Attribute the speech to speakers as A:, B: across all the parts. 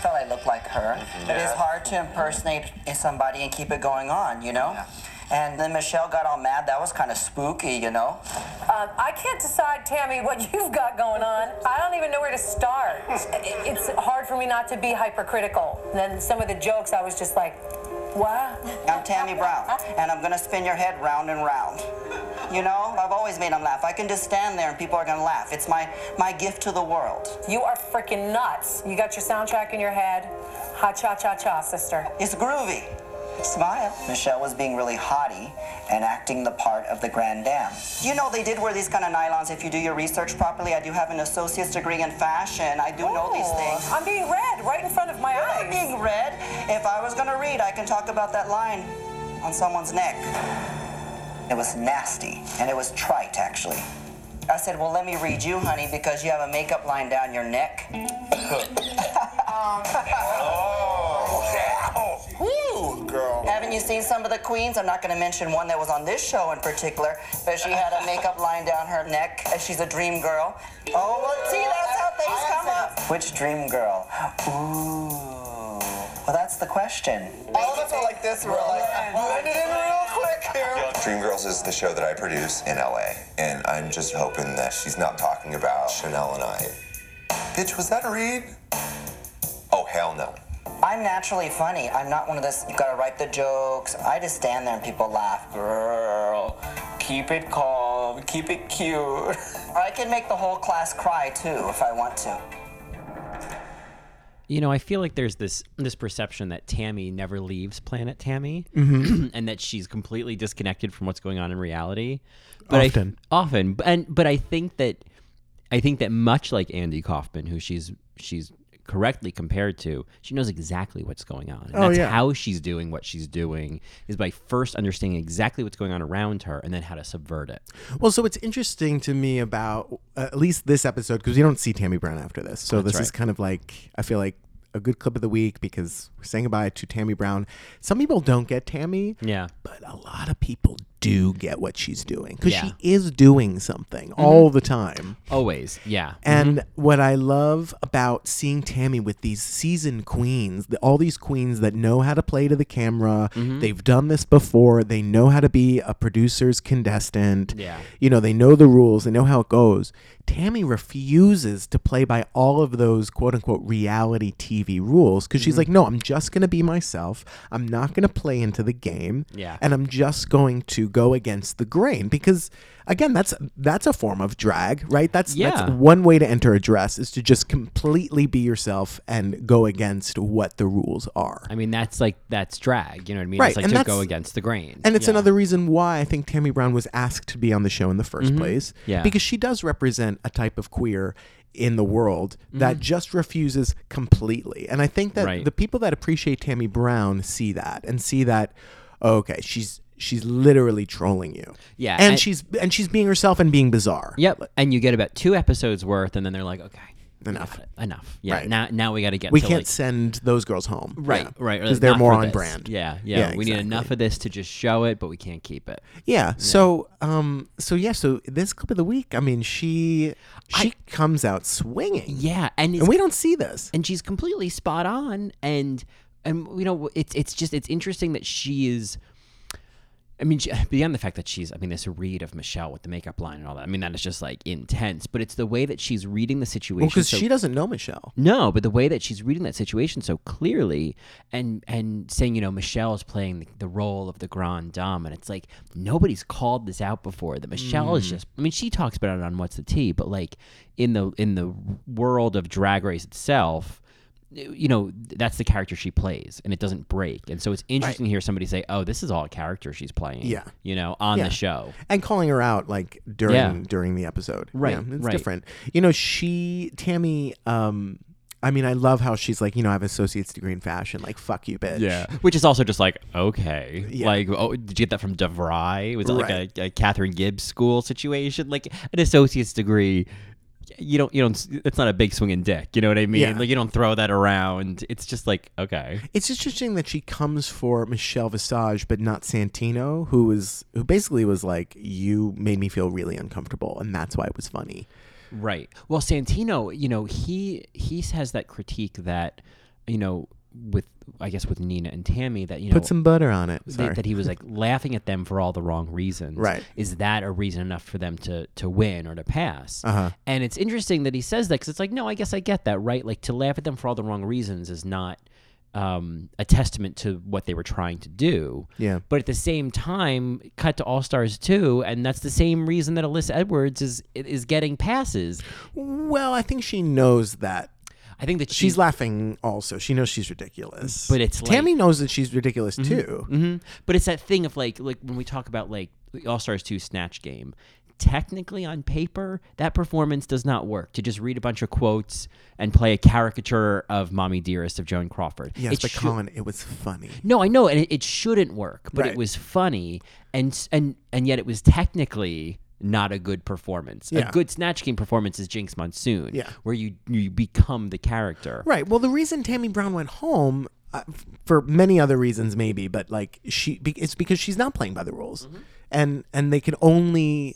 A: felt I looked like her. But it's hard to impersonate somebody and keep it going on, you know? And then Michelle got all mad. That was kind of spooky, you know?
B: Um, I can't decide, Tammy, what you've got going on. I don't even know where to start. I- It's hard for me not to be hypercritical. And then some of the jokes, I was just like, what?
A: I'm Tammy Brown, and I'm gonna spin your head round and round. You know, I've always made them laugh. I can just stand there and people are gonna laugh. It's my my gift to the world.
B: You are freaking nuts. You got your soundtrack in your head. Ha cha cha cha, sister.
A: It's groovy. Smile. Michelle was being really haughty and acting the part of the grand dame. You know, they did wear these kind of nylons if you do your research properly. I do have an associate's degree in fashion. I do know these
B: Oh,
A: things.
B: I'm being read right in front of my
A: I'm
B: eyes.
A: being read. If I was gonna read, I can talk about that line on someone's neck. It was nasty, and it was trite, actually. I said, Well, let me read you, honey, because you have a makeup line down your neck. Oh.
C: Woo, girl.
A: Haven't you seen some of the queens? I'm not going to mention one that was on this show in particular, but she had a makeup line down her neck. and She's a dream girl. Oh, well, see, that's how things come up. Which dream girl? Ooh. Well, that's the question.
C: All of us are like this. We're like, blend it in real quick here.
D: Dreamgirls is the show that I produce in LA, and I'm just hoping that she's not talking about Chanel and I. Bitch, was that a read? Oh, hell no.
A: I'm naturally funny. I'm not one of those, you gotta write the jokes. I just stand there and people laugh. Girl, keep it calm, keep it cute. Or I can make the whole class cry too if I want to.
E: You know, I feel like there's this this perception that Tammy never leaves Planet Tammy,
F: Mm-hmm.
E: and that she's completely disconnected from what's going on in reality. But I-
F: Often.
E: often, b- and but I think that I think that much like Andy Kaufman, who she's she's correctly compared to, she knows exactly what's going on. And
F: Oh,
E: that's
F: yeah.
E: how she's doing what she's doing is by first understanding exactly what's going on around her, and then how to subvert it.
F: Well, so what's interesting to me about uh, at least this episode because you don't see Tammy Brown after this, so this is
E: right.
F: kind of like I feel like a good clip of the week because we're saying goodbye to Tammy Brown. Some people don't get Tammy,
E: Yeah.
F: but a lot of people do get what she's doing because
E: Yeah. Mm-hmm.
F: she is doing something all the time.
E: Always, yeah. Mm-hmm.
F: And what I love about seeing Tammy with these seasoned queens, the, all these queens that know how to play to the camera,
E: Mm-hmm.
F: they've done this before, they know how to be a producer's contestant.
E: Yeah.
F: You know, they know the rules, they know how it goes. Tammy refuses to play by all of those quote unquote reality TV rules because
E: Mm-hmm.
F: she's like, no, I'm just going to be myself. I'm not going to play into the game.
E: Yeah.
F: And I'm just going to go against the grain because, again, that's that's a form of drag, right? That's that's
E: Yeah.
F: one way to enter a dress is to just completely be yourself and go against what the rules are.
E: I mean, that's like that's drag. You know what I mean?
F: Right,
E: It's like
F: and
E: to
F: that's-
E: go against the grain.
F: And it's
E: Yeah.
F: another reason why I think Tammy Brown was asked to be on the show in the 1st place.
E: Mm-hmm. Yeah.
F: Because she does represent a type of queer in the world that just refuses completely. And I think that
E: Mm-hmm. Right.
F: the people that appreciate Tammy Brown see that and see that, oh, okay, she's she's literally trolling you.
E: Yeah,
F: And,
E: and-
F: she's and she's being herself and being bizarre.
E: Yep. And you get about two episodes worth, and then they're like, okay,
F: Enough.
E: enough. Yeah.
F: Right.
E: Now, now we got to get.
F: We
E: to
F: can't
E: like,
F: send those girls home.
E: Right, right,
F: Because they're
E: not
F: more
E: for
F: on
E: this.
F: brand.
E: Yeah, yeah. we need enough of this to just show it, but we can't keep it.
F: Yeah. So, um, so yeah. So this clip of the week, I mean, she she comes out swinging.
E: Yeah, and it's,
F: and we don't see this.
E: and she's completely spot on, and and you know, it's it's just it's interesting that she is. I mean, she, beyond the fact that she's, I mean, this read of Michelle with the makeup line and all that. I mean, that is just like intense. But it's the way that she's reading the situation.
F: Well, because
E: so
F: she doesn't know Michelle.
E: No, but the way that she's reading that situation so clearly and and saying, you know, Michelle is playing the, the role of the grand dame and it's like nobody's called this out before. That Michelle
F: Mm.
E: is just I mean, she talks about it on What's the Tea, but like in the in the world of drag race itself, you know, that's the character she plays and it doesn't break. And so it's interesting to hear somebody say, "Oh, this is all a character she's playing."
F: Yeah.
E: You know, on
F: Yeah.
E: the show.
F: And calling her out like during
E: Yeah.
F: during the episode.
E: Right,
F: Yeah, it's
E: right.
F: different. You know, she Tammy. Um, I mean, I love how she's like, you know, I have an associate's degree in fashion. Like, fuck you, bitch.
E: Which is also just like, okay.
F: Yeah.
E: Like, oh, did you get that from DeVry? Was it
F: Right.
E: like a, a Catherine Gibbs school situation? Like, an associate's degree. You don't, you don't, s- it's not a big swinging dick. You know what I mean?
F: Yeah.
E: Like, you don't throw that around. It's just like, okay.
F: It's interesting that she comes for Michelle Visage, but not Santino, who was who basically was like, "You made me feel really uncomfortable, and that's why it was funny."
E: Right. Well, Santino, you know, he he has that critique that you know, with I guess with Nina and Tammy that you know
F: Put some butter on it.
E: th-
F: Sorry.
E: that he was like laughing at them for all the wrong reasons.
F: Right.
E: Is that a reason enough for them to to win or to pass?
F: Uh-huh.
E: And it's interesting that he says that because it's like, no, I guess I get that, right? Like to laugh at them for all the wrong reasons is not um, a testament to what they were trying to do.
F: Yeah.
E: But at the same time, cut to All Stars two, and that's the same reason that Alyssa Edwards is is getting passes.
F: well, I think she knows that.
E: I think that she-
F: She's laughing also. She knows she's ridiculous.
E: But it's like-
F: Tammy knows that she's ridiculous too.
E: hmm But it's that thing of like, like when we talk about like All Stars Two Snatch Game. Technically, on paper, that performance does not work. To just read a bunch of quotes and play a caricature of "Mommy Dearest" of Joan Crawford.
F: Yes,
E: It
F: but
E: should-
F: Colin, it was funny.
E: No, I know, and it, it shouldn't work. But
F: Right.
E: it was funny, and s- and and yet it was technically not a good performance.
F: Yeah.
E: A good Snatch Game performance is Jinx Monsoon,
F: Yeah.
E: where you you become the character.
F: Right. Well, the reason Tammy Brown went home uh, f- for many other reasons, maybe, but like she, be- it's because she's not playing by the rules,
E: Mm-hmm.
F: and and they can only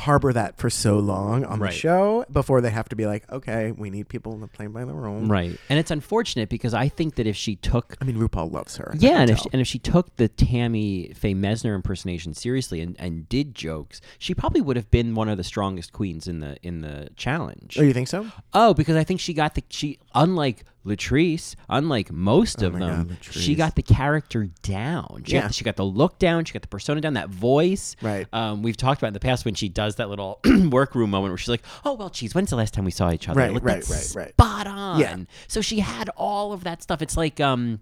F: harbor that for so long on
E: Right.
F: the show before they have to be like, okay, we need people to play by the rules.
E: Right, and it's unfortunate because I think that if she took
F: I mean, RuPaul loves her. I
E: Yeah,
F: can
E: and if,
F: tell.
E: she, and if she took the Tammy Faye Mesner impersonation seriously and, and did jokes, she probably would have been one of the strongest queens in the in the challenge.
F: oh, you think so?
E: Oh, because I think she got the she unlike Latrice, unlike most of
F: Oh my
E: them,
F: God,
E: she
F: Latrice.
E: got the character down. She,
F: Yeah.
E: got, she got the look down, she got the persona down, that voice.
F: Right.
E: Um, we've talked about in the past when she does that little workroom moment where she's like, "Oh well, geez, when's the last time we saw each other?"
F: Right,
E: Like,
F: right,
E: that's
F: right, right.
E: Spot on.
F: Yeah.
E: So she had all of that stuff. It's like um.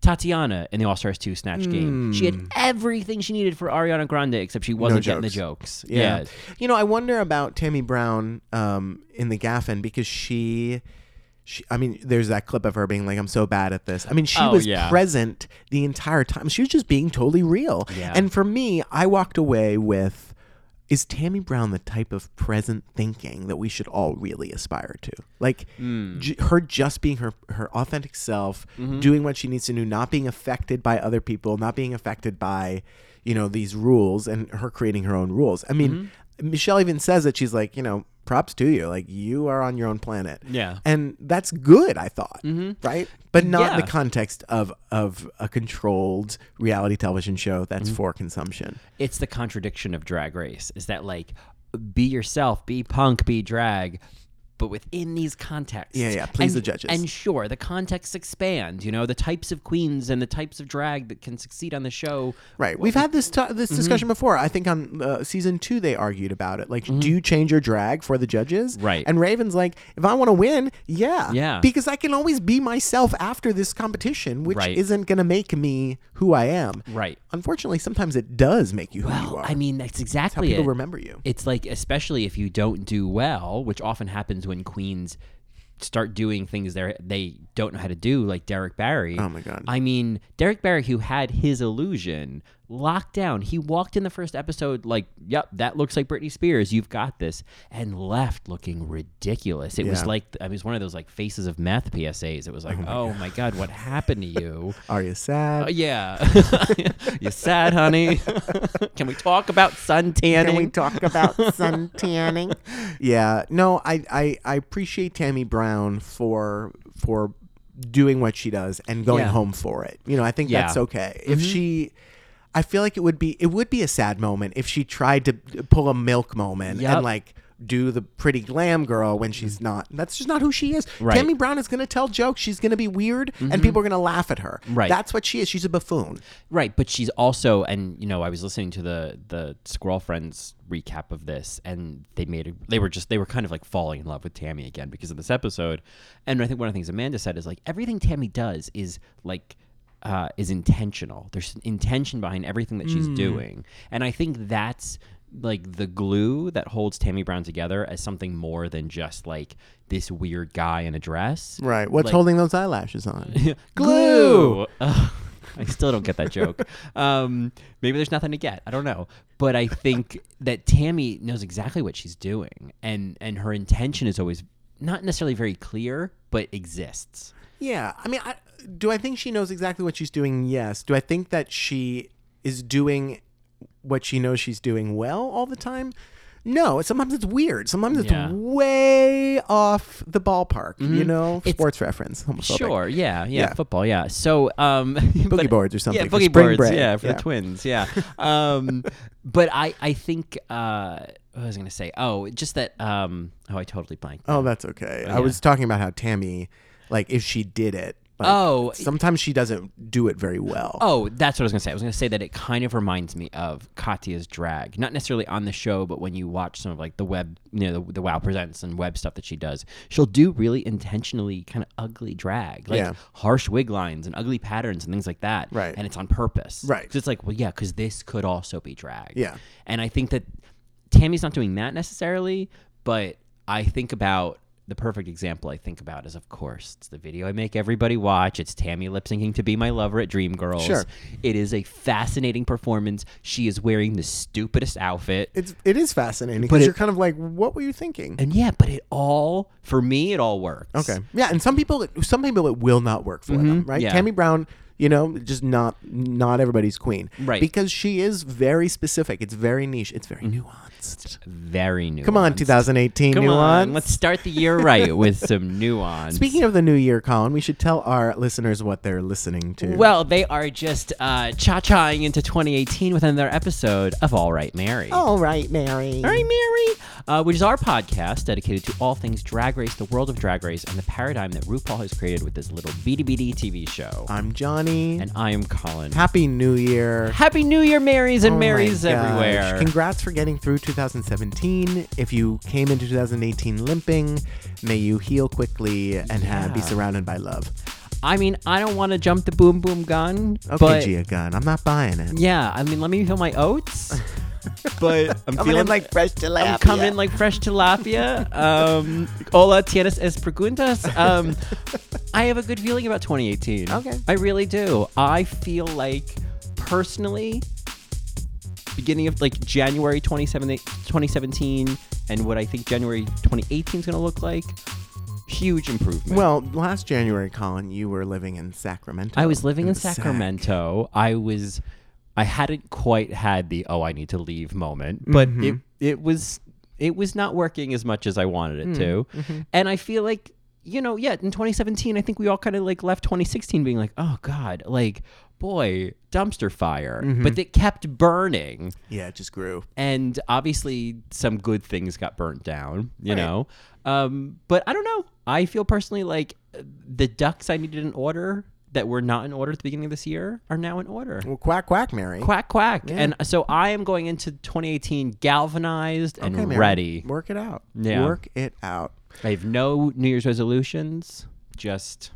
E: Tatiana in the All Stars 2 Snatch Game. She
F: Hmm.
E: had everything she needed for Ariana Grande, except she wasn't getting the jokes.
F: Yeah. You know, I wonder about Tammy Brown um, in the Gaffin because she, she, I mean, there's that clip of her being like, I'm so bad at this. I mean, she
E: Oh,
F: was
E: yeah.
F: present the entire time. She was just being totally real.
E: Yeah.
F: And for me, I walked away with. Is Tammy Brown the type of present thinking that we should all really aspire to? Like
E: Hmm.
F: j- her just being her her authentic self,
E: Mm-hmm.
F: doing what she needs to do, not being affected by other people, not being affected by, you know, these rules and her creating her own rules. I mean,
E: Mm-hmm.
F: Michelle even says that she's like, you know, props to you. Like you are on your own planet.
E: Yeah. Mm-hmm.
F: And that's good, I thought. Right? But not in
E: Yeah.
F: the context of of a controlled reality television show that's
E: Mm-hmm.
F: for consumption.
E: it's the contradiction of drag race is that like be yourself be punk be drag but within these contexts
F: Yeah, yeah, please
E: And-
F: the judges.
E: and sure the contexts expand you know the types of queens and the types of drag that can succeed on the show
F: Right. We've had this t-
E: Mm-hmm.
F: this discussion before. I think on uh, season 2 they argued about it. Like, do you change your drag for the judges?
E: Mm-hmm. Right.
F: And Raven's like, if I want to win, yeah.
E: Yeah.
F: Because I can always be myself after this competition, which
E: Right.
F: isn't going to make me who I am.
E: Right.
F: Unfortunately, sometimes it does make you who you
E: well
F: are.
E: i mean that's exactly
F: people
E: it.
F: remember you.
E: it's like especially if you don't do well which often happens when queens start doing things they they don't know how to do like Derek Barry.
F: Oh my God.
E: I mean, Derek Barry who had his illusion locked down. He walked in the first episode like, "Yep, that looks like Britney Spears. You've got this." And left looking ridiculous. It was
F: Yeah.
E: like I mean, it was one of those like faces of meth PSAs. It was like, "Oh my god, what happened to you?"
F: Are you sad?
E: Uh, yeah. you sad, honey? Can we talk about suntanning?
F: Can we talk about sun tanning? Yeah. No, I, I, I appreciate Tammy Brown for for doing what she does and going
E: Yeah.
F: home for it. You know, I think
E: Yeah. Mm-hmm.
F: that's okay. If she I feel like it would be it would be a sad moment if she tried to pull a milk moment
E: Yep.
F: and like do the pretty glam girl when she's not. That's just not who she is.
E: Mm-hmm. Right. Mm-hmm.
F: Tammy Brown is going to tell jokes. She's going to be weird, and people are going to laugh at her.
E: Right.
F: That's what she is. She's a buffoon.
E: Right, but she's also, and you know, I was listening to the the Squirrel Friends recap of this, and they made a, they were just they were kind of like falling in love with Tammy again because of this episode, and I think one of the things Amanda said is like everything Tammy does is like uh, is intentional. There's intention behind everything that
F: Hmm.
E: she's doing, and I think that's like the glue that holds Tammy Brown together as something more than just like this weird guy in a dress.
F: Right. What's
E: Like-
F: holding those eyelashes on?
E: glue. Ugh, I still don't get that joke. um, maybe there's nothing to get. I don't know. But I think that Tammy knows exactly what she's doing, and and her intention is always not necessarily very clear, but exists.
F: Yeah, I mean, I, do I think she knows exactly what she's doing? Yes. Do I think that she is doing what she knows she's doing well all the time? No, sometimes it's weird. Sometimes it's
E: Yeah. Mm-hmm.
F: way off the ballpark. You know,
E: It's-
F: sports reference. homophobic.
E: Sure. Yeah, yeah.
F: Yeah.
E: Football. Yeah. So, um, boogie
F: boards or something
E: Yeah,
F: for
E: boogie
F: spring
E: boards.
F: break,
E: Yeah, for
F: yeah.
E: the twins. Yeah. Um, but I, I think, uh, what was I going to say? Oh, just that. Um, oh, I totally blanked.
F: Oh, that's okay. I was talking about how Tammy, like, if she did it. Like,
E: Oh.
F: sometimes she doesn't do it very well.
E: Oh, that's what I was gonna say. I was gonna say that it kind of reminds me of Katya's drag, not necessarily on the show, but when you watch some of like the web, you know, the, the Wow Presents and web stuff that she does, she'll do really intentionally kind of ugly drag, like
F: Yeah.
E: harsh wig lines and ugly patterns and things like that.
F: Right.
E: and it's on purpose.
F: Right.
E: 'Cause it's like, well, yeah, because this could also be drag.
F: Yeah.
E: and I think that Tammy's not doing that necessarily, but I think about the perfect example I think about is, of course, it's the video I make everybody watch. It's Tammy lip syncing to "Be My Lover" at Dreamgirls.
F: Sure.
E: it is a fascinating performance. She is wearing the stupidest outfit,
F: It's it is fascinating
E: But
F: because
E: it-
F: you're kind of like, what were you thinking?
E: and yeah, but it all for me, it all works.
F: Okay. Yeah, and some people, some people, it will not work for them, right?
E: Mm-hmm. yeah.
F: Tammy Brown, you know, just not not everybody's queen,
E: Right.
F: Because she is very specific. It's very niche. It's very nuanced.
E: Mm-hmm. very new.
F: Come on, 2018
E: Come
F: nuance.
E: on, let's start the year right with some nuance.
F: Speaking of the new year, Colin, we should tell our listeners what they're listening to.
E: Well, they are just uh, cha-chaing into 2018 with another episode of All Right Mary.
F: all right, Mary.
E: All Right Mary, uh, which is our podcast dedicated to all things drag race, the world of drag race, and the paradigm that RuPaul has created with this little BDBD TV show.
F: I'm Johnny.
E: and I am Colin.
F: Happy New Year.
E: Happy New Year, Marys and
F: Oh my
E: Marys
F: gosh.
E: everywhere.
F: Congrats for getting through 2017. If you came into 2018 limping, may you heal quickly and ha- be surrounded by love.
E: I mean, I don't want to jump the boom boom gun,
F: Okay,
E: but
F: Gia Gunn, I'm not buying it.
E: yeah, I mean, let me feel my oats. but I'm
F: Coming in
E: feeling
F: like fresh tilapia.
E: I'm coming like fresh tilapia. Um, hola, tienes es preguntas. Um, I have a good feeling about 2018.
F: Okay.
E: I really do. I feel like personally, beginning of like January 27 2017 and what I think January 2018 is going to look like, huge improvement.
F: Well, last January, Colin, you were living in Sacramento.
E: I was living in
F: the sac.
E: Sacramento. I was, I hadn't quite had the oh I need to leave moment, but it it was it was not working as much as I wanted it to, and I feel like you know yeah in 2017 I think we all kind of like left 2016 being like oh god like boy dumpster fire, but it kept burning
F: Yeah, it just grew.
E: and obviously some good things got burnt down you know um, but i don't know i feel personally like uh, the ducks i needed in order that were not in order at the beginning of this year are now in order
F: Well, quack, quack, Mary.
E: quack quack and uh, so i am going into 2018 galvanized and
F: Okay, Mary.
E: ready
F: Work it out.
E: Yeah.
F: Work it out.
E: i have no new year's resolutions just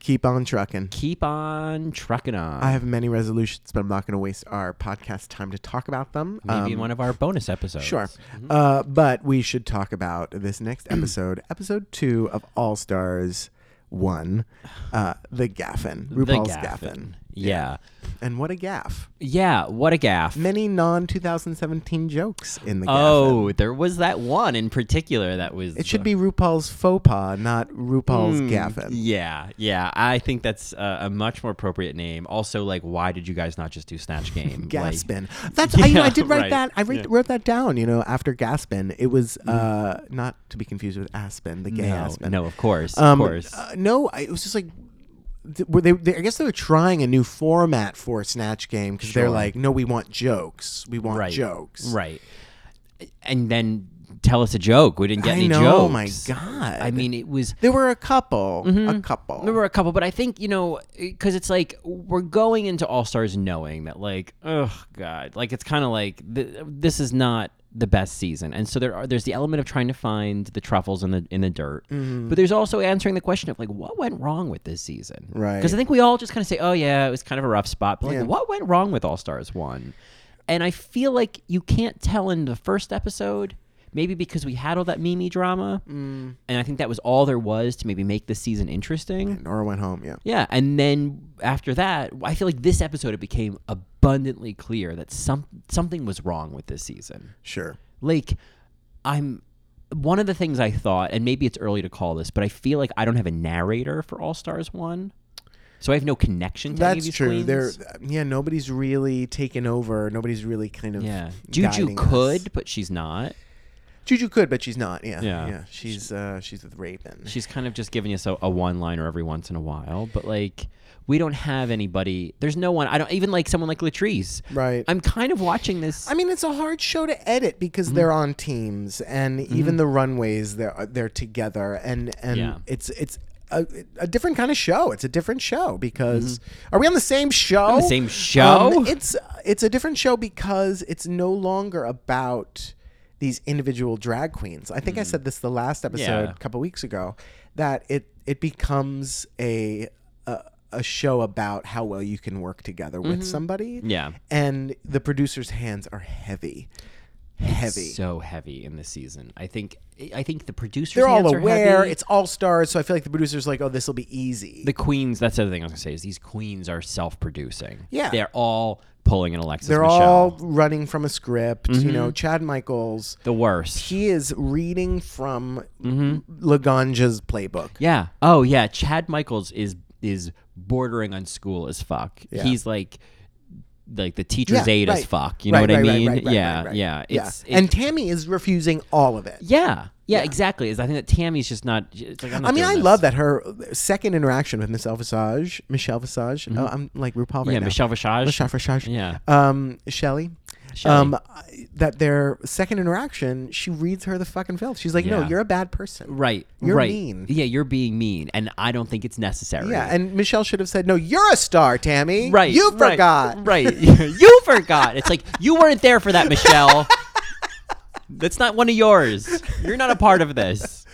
F: Keep on trucking.
E: keep on trucking on
F: I have many resolutions, but I'm not going to waste our podcast time to talk about them.
E: maybe in
F: Um,
E: one of Mm-hmm. our bonus episodes
F: Sure. Uh, but we should talk about this next episode, episode two of All Stars One, uh, the Gaffin,
E: the
F: RuPaul's
E: gaffin.
F: Gaffin.
E: yeah
F: And what a gaff.
E: yeah what a gaff
F: Many non 2017 jokes in the Gaffin.
E: Oh, there was that one in particular that was.
F: It should be RuPaul's faux pas, not RuPaul's
E: Hmm.
F: Gaffin.
E: Yeah, yeah. I think that's a, a much more appropriate name. Also, like, why did you guys not just do Snatch Game? Like,
F: Gaspin. That's I, you know I did
E: Yeah,
F: write
E: right.
F: that I wrote, wrote that down you know after Gaspin it was uh, not to be confused with Aspen the gay
E: no,
F: Aspen
E: no, of course,
F: Um,
E: of course.
F: uh, no, I, it was just like. th- Were they, they? I guess they were trying a new format for Snatch Game because they're like, no, we want jokes. We want
E: right,
F: jokes.
E: right. And then tell us a joke. We didn't get
F: I
E: any
F: know,
E: jokes.
F: my God.
E: I mean, it was.
F: There were a couple. A couple.
E: Mm-hmm. There were a couple, but I think you know because it's like we're going into All Stars knowing that like oh god, like it's kind of like th- this is not the best season, and so there are there's the element of trying to find the truffles in the in the dirt, but there's also answering the question of like what went wrong with this season,
F: Right.
E: Because I think we all just kind of say oh yeah, it was kind of a rough spot, but like what went wrong with All Stars one, and I feel like you can't tell in the first episode. Maybe because we had all that Mimi drama,
F: Mm.
E: and I think that was all there was to maybe make the season interesting.
F: Nora went home. Yeah.
E: Yeah, and then after that, I feel like this episode it became abundantly clear that some something was wrong with this season.
F: Sure.
E: Like I'm one of the things I thought, and maybe it's early to call this, but I feel like I don't have a narrator for All Stars 1. So I have no connection to any of
F: That's
E: these
F: true.
E: queens.
F: There, yeah, nobody's really taken over. Nobody's really kind of.
E: yeah. Juju
F: guiding
E: could,
F: us.
E: but she's not.
F: Juju could, but she's not. Yeah,
E: Yeah.
F: yeah. She's uh, she's with Raven.
E: She's kind of just giving us a, a one liner every once in a while, but like we don't have anybody. There's no one. I don't even like someone like Latrice.
F: Right.
E: I'm kind of watching this.
F: I mean, it's a hard show to edit because they're
E: Mm-hmm.
F: on teams, and even the runways they're uh, they're together, and and
E: Yeah.
F: it's it's. A, a different kind of show. It's a different show because are we on the same show?
E: Mm-hmm.
F: Um,
E: the same show?
F: it's it's a different show because it's no longer about these individual drag queens. I think I said this the last episode
E: Mm. Yeah.
F: a couple weeks ago that it it becomes a a, a show about how well you can work together with somebody
E: Mm-hmm. Yeah.
F: and the producer's hands are heavy heavy
E: so heavy in this season. I think I think the producers
F: they're all
E: hands are
F: aware
E: heavy.
F: it's all stars so i feel like the producer's like oh this will be easy
E: the queens. That's the other thing I was gonna say is these queens are self producing.
F: Yeah.
E: they're all pulling an Alexis.
F: they're
E: Michelle. Mm-hmm.
F: all running from a script you know chad michaels
E: the worst.
F: he is reading from
E: Mm-hmm.
F: Laganja's playbook
E: Yeah. Oh yeah. Chad Michaels is is bordering on school as fuck. He's like like the teacher's
F: Yeah,
E: aid as
F: right.
E: fuck. You
F: Right,
E: know what
F: right,
E: I
F: right,
E: mean?
F: right, right,
E: yeah,
F: right, right.
E: yeah. It's, it's
F: and Tammy is refusing all of it.
E: yeah, yeah. Exactly. Is I think that Tammy's just not. It's like, I'm not
F: I mean,
E: doing
F: I
E: this.
F: love that her uh, second interaction with Michelle Visage, Michelle Visage. Oh, I'm like RuPaul right
E: Mm-hmm. Yeah,
F: now.
E: Michelle Visage.
F: Michelle Visage.
E: Yeah.
F: Um, Shelly.
E: Shelley.
F: Um, I- that their second interaction, she reads her the fucking filth. She's like, "No,
E: Yeah.
F: you're a bad person.
E: Right.
F: You're
E: right.
F: mean.
E: Yeah, you're being mean, and I don't think it's necessary.
F: Yeah." And Michelle should have said, "No, you're a star, Tammy.
E: right.
F: You
E: right,
F: forgot.
E: Right. you forgot. It's like you weren't there for that, Michelle. That's not one of yours. You're not a part of this.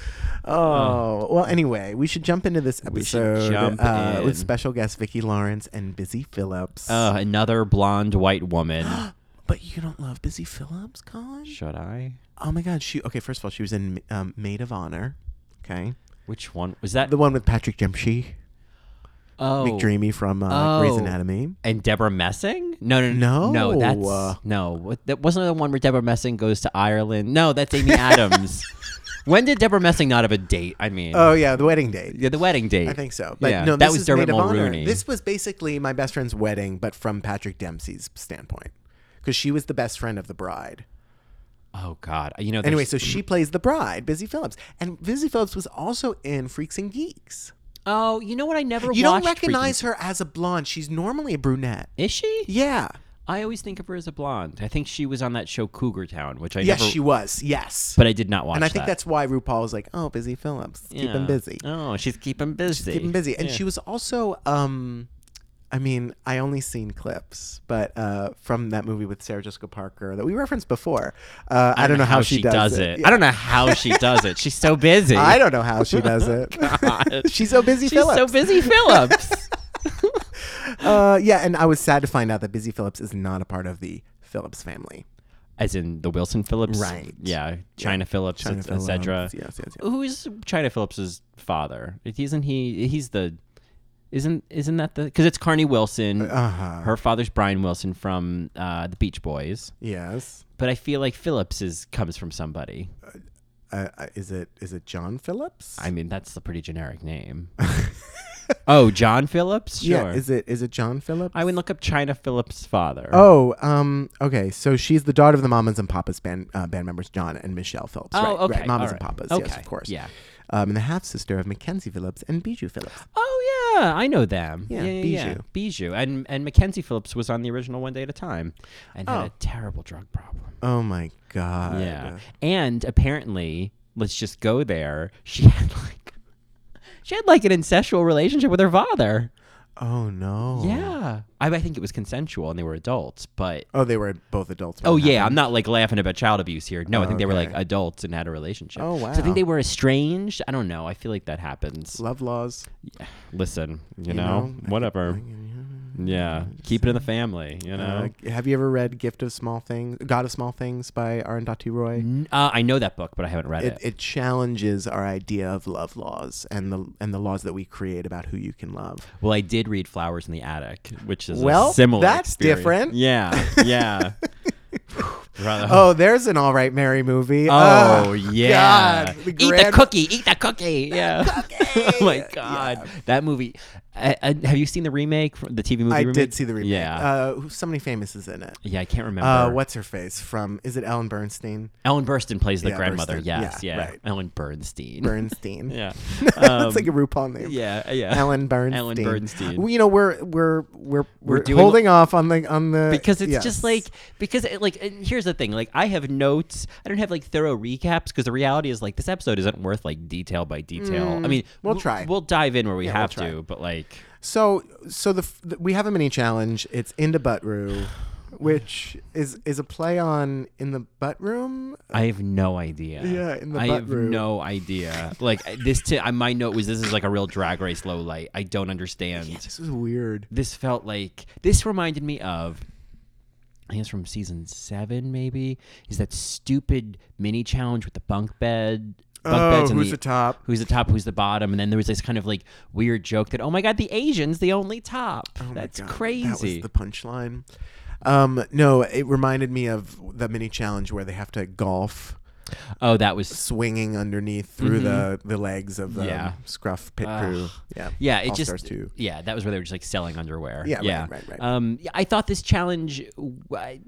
F: Oh, well, anyway, we should jump into this
E: Mm. should
F: episode
E: jump
F: uh,
E: in.
F: with special guest Vicki Lawrence and Busy Phillips.
E: Uh, another blonde white woman.
F: but you don't love Busy Phillips, Colin?
E: Should I?
F: Oh my God, she. Okay, first of all, she was in um, Maid of Honor. Okay,
E: Which one was that?
F: the one with Patrick Dempsey,
E: oh,
F: McDreamy from uh, Grey's
E: Oh.
F: Anatomy.
E: and Deborah Messing? No, no, no,
F: No.
E: no. That's no. What- That wasn't the one where Deborah Messing goes to Ireland. No, that's Amy Adams. when did Deborah Messing not have a date? I mean,
F: Oh yeah, the wedding date.
E: yeah, the wedding date.
F: I think so. But
E: yeah,
F: no,
E: that
F: this
E: was
F: is
E: Dermot
F: Maid of Honor.
E: Mulrooney.
F: This was basically my best friend's wedding, but from Patrick Dempsey's standpoint, because she was the best friend of the bride.
E: oh God, you know.
F: Anyway,
E: there's-
F: so she plays the bride, Busy Phillips, and Busy Phillips was also in Freaks and Geeks.
E: oh, you know what? I never.
F: You don't
E: watched Freaky-
F: recognize her as a blonde. She's normally a brunette.
E: Is she?
F: Yeah.
E: I always think of her as a blonde. I think she was on that show Cougar Town, which I
F: Yes,
E: never,
F: she was. Yes.
E: but I did not watch.
F: and I
E: that.
F: think that's why RuPaul was like, "Oh, Busy Phillips, keep him
E: Yeah.
F: busy,
E: Oh, she's keeping busy.
F: keep him busy." And she was also, um, I mean, I only seen clips, but uh, from that movie with Sarah Jessica Parker that we referenced before. Uh, I, don't know how, she, does, it.
E: I don't know how she does it. She's so busy.
F: I don't know how she does it. She's so busy,
E: Oh, She's
F: Phillips.
E: so busy, Phillips.
F: Uh, yeah, and I was sad to find out that Busy Phillips is not a part of the Phillips family.
E: As in the Wilson Phillips,
F: Right.
E: Yeah, China Phillips,
F: China
E: et cetera.
F: Phillips, yes, yes, yes.
E: Who is China Phillips's father? Isn't he? He's the. Isn't isn't that the? Because it's Carney Wilson. Uh-huh. Her father's Brian Wilson from uh, the Beach Boys.
F: Yes.
E: But I feel like Phillips is comes from somebody.
F: Uh, uh, is it is it John Phillips?
E: I mean, that's a pretty generic name. oh, John Phillips. Sure.
F: Yeah. Is it is it John Phillips?
E: I would look up China Phillips' father.
F: Oh, um, okay. So she's the daughter of the Mamas and Papas band uh, band members John and Michelle Phillips.
E: Oh,
F: right,
E: okay,
F: Right. Mamas
E: all
F: and
E: right.
F: Papas. Yes,
E: Okay,
F: of course.
E: yeah.
F: Um, and the half sister of Mackenzie Phillips and Bijou Phillips.
E: Oh yeah, I know them.
F: Yeah,
E: yeah. Bijou and and Mackenzie Phillips was on the original One Day at a Time, and had a terrible drug problem.
F: Oh my God.
E: yeah, and apparently, let's just go there. She had like, she had like an incestual relationship with her father.
F: Oh no.
E: Yeah, I, I think it was consensual, and they were adults. But
F: Oh, they were both adults. when
E: oh
F: it
E: yeah, I'm
F: happened.
E: not like laughing about child abuse here. No, I think they were like
F: Okay.
E: adults and had a relationship.
F: Oh,
E: So I
F: wow.
E: think they were estranged. I don't know. I feel like that happens.
F: Love laws.
E: Listen, you, know,
F: know, I
E: whatever. Yeah, keep it in the family. You know.
F: Uh, have you ever read Gift of Small Things, God of Small Things by Arundhati Roy?
E: Uh, I know that book, but I haven't read
F: It,
E: it.
F: it challenges our idea of love laws and the and the laws that we create about who you can love.
E: Well, I did read Flowers in the Attic, which is
F: Well,
E: a similar.
F: that's
E: experience.
F: different.
E: Yeah, yeah. Brother.
F: Oh, there's an all right Mary movie.
E: Uh-huh. Oh,
F: Ugh.
E: yeah!
F: Ah, God, the
E: eat the
F: grand-
E: cookie. Eat the cookie. Yeah. oh my god, that movie. I, I, have you seen the remake, from the TV movie?
F: I
E: remake?
F: did see the remake.
E: Yeah,
F: Uh, who- somebody famous is in it.
E: yeah, I can't remember.
F: Uh, what's her face from? Is it Ellen Bernstein?
E: Ellen Burstyn plays the
F: Yeah,
E: grandmother.
F: Burstyn.
E: Yes,
F: Yeah,
E: yeah,
F: right.
E: Ellen Bernstein.
F: Bernstein.
E: yeah, Um,
F: it's like a RuPaul name.
E: yeah, yeah.
F: Ellen Bernstein.
E: Ellen Bernstein.
F: Well, you know, we're we're we're we're,
E: doing-
F: holding off on the on the
E: because it's
F: yes.
E: just like because it, like and here's the thing like i have notes i don't have like thorough recaps because the reality is like this episode isn't worth like detail by detail i mean
F: Mm, we'll try.
E: we'll dive in where we have to but like
F: so so the, f- the we have a mini challenge. It's in the butt room, which is is a play on in the butt room.
E: i have no idea
F: Yeah, in the
E: i
F: butt
E: have
F: room.
E: no idea like I- this to I- my note was this is like a real drag race low light i don't understand
F: This is weird.
E: this felt like this reminded me of I think it's from season seven, maybe. Is that stupid mini challenge with the bunk bed? Bunk
F: Oh,
E: and
F: who's the top?
E: Who's the top? Who's the bottom? And then there was this kind of like weird joke that oh my god, the Asians the only top.
F: Oh my
E: That's
F: God, That was
E: crazy.
F: the punchline. Um, no, it reminded me of the mini challenge where they have to golf
E: oh, that was
F: swinging underneath through the, the legs of the
E: Mm-hmm. Yeah.
F: scruff pit crew. Yeah,
E: yeah. It
F: All
E: just
F: stars too.
E: yeah, that was where they were just like selling underwear.
F: Yeah, right, right, right.
E: Um, yeah, I thought this challenge. I-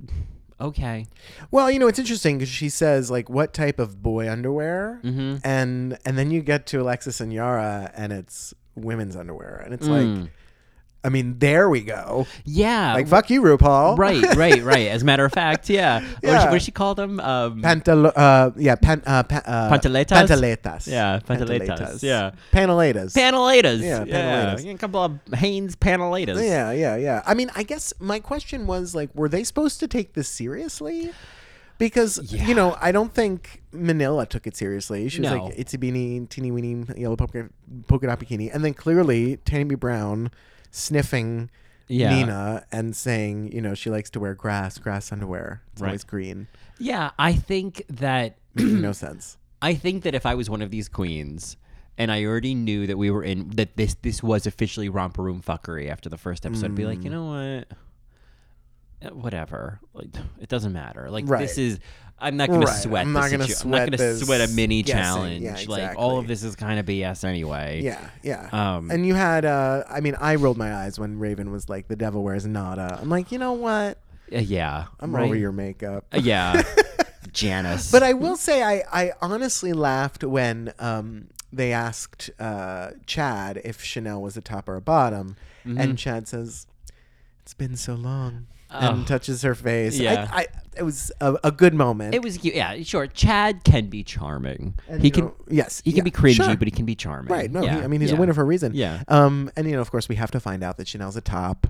E: Okay,
F: Well, you know it's interesting because she says like what type of boy underwear,
E: Mm-hmm.
F: and and then you get to Alexis and Yara, and it's women's underwear, and it's like, I mean, there we
E: Mm.
F: go.
E: yeah.
F: Like fuck you, RuPaul.
E: Right, right, right. As a matter of fact, yeah. What, did she,
F: Yeah.
E: what did she call them? Um,
F: Pantalo- uh, yeah, pan, uh, pa- uh,
E: Pantaletas?
F: Pantaletas.
E: Yeah, pantaletas, yeah.
F: Panaletas.
E: Panelatas.
F: Yeah, panellitas.
E: A couple of Haynes panelatas.
F: yeah, yeah, yeah. I mean, I guess my question was like, were they supposed to take this seriously? Because you know, I don't think Manila took it seriously. She was
E: No.
F: like, "It's a beanie, teeny weeny, yellow polka, polka dot bikini," and then clearly Tammy Brown sniffing
E: Yeah.
F: Nina and saying, "You know, she likes to wear grass, grass underwear. It's
E: Right.
F: always green.
E: Yeah, I think that
F: Makes no sense."
E: I think that if I was one of these queens and I already knew that we were in that this this was officially romper room fuckery after the first episode, I'd be
F: Mm.
E: like, you know what? Eh, Whatever. Like it doesn't matter. Like
F: Right.
E: this is I'm not gonna
F: Right.
E: sweat
F: I'm
E: this
F: not gonna
E: situ- I'm not
F: sweat
E: gonna
F: this
E: sweat a mini
F: guessing.
E: challenge.
F: Yeah,
E: Like all
F: exactly.
E: of this is kind of BS anyway.
F: Yeah, yeah.
E: Um,
F: and you had, uh, I mean, I rolled my eyes when Raven was like, "The devil wears Nada." I'm like, you know what?
E: Uh, yeah.
F: I'm
E: right?
F: over your makeup.
E: Uh, yeah. Janice.
F: But I will say, I, I honestly laughed when um, they asked uh, Chad if Chanel was a top or a bottom,
E: Mm-hmm.
F: and Chad says, "It's been so long," and touches her face.
E: Oh. Yeah.
F: I, I, it was a, a good moment.
E: It was cute. Yeah, sure. Chad can be charming. he
F: you
E: can.
F: know, yes,
E: He can
F: yeah,
E: be cringy,
F: sure.
E: but he can be charming.
F: Right. No,
E: Yeah,
F: he, I mean, he's
E: yeah.
F: a winner for a reason.
E: Yeah.
F: Um, and, you know, of course, we have to find out that Chanel's a top.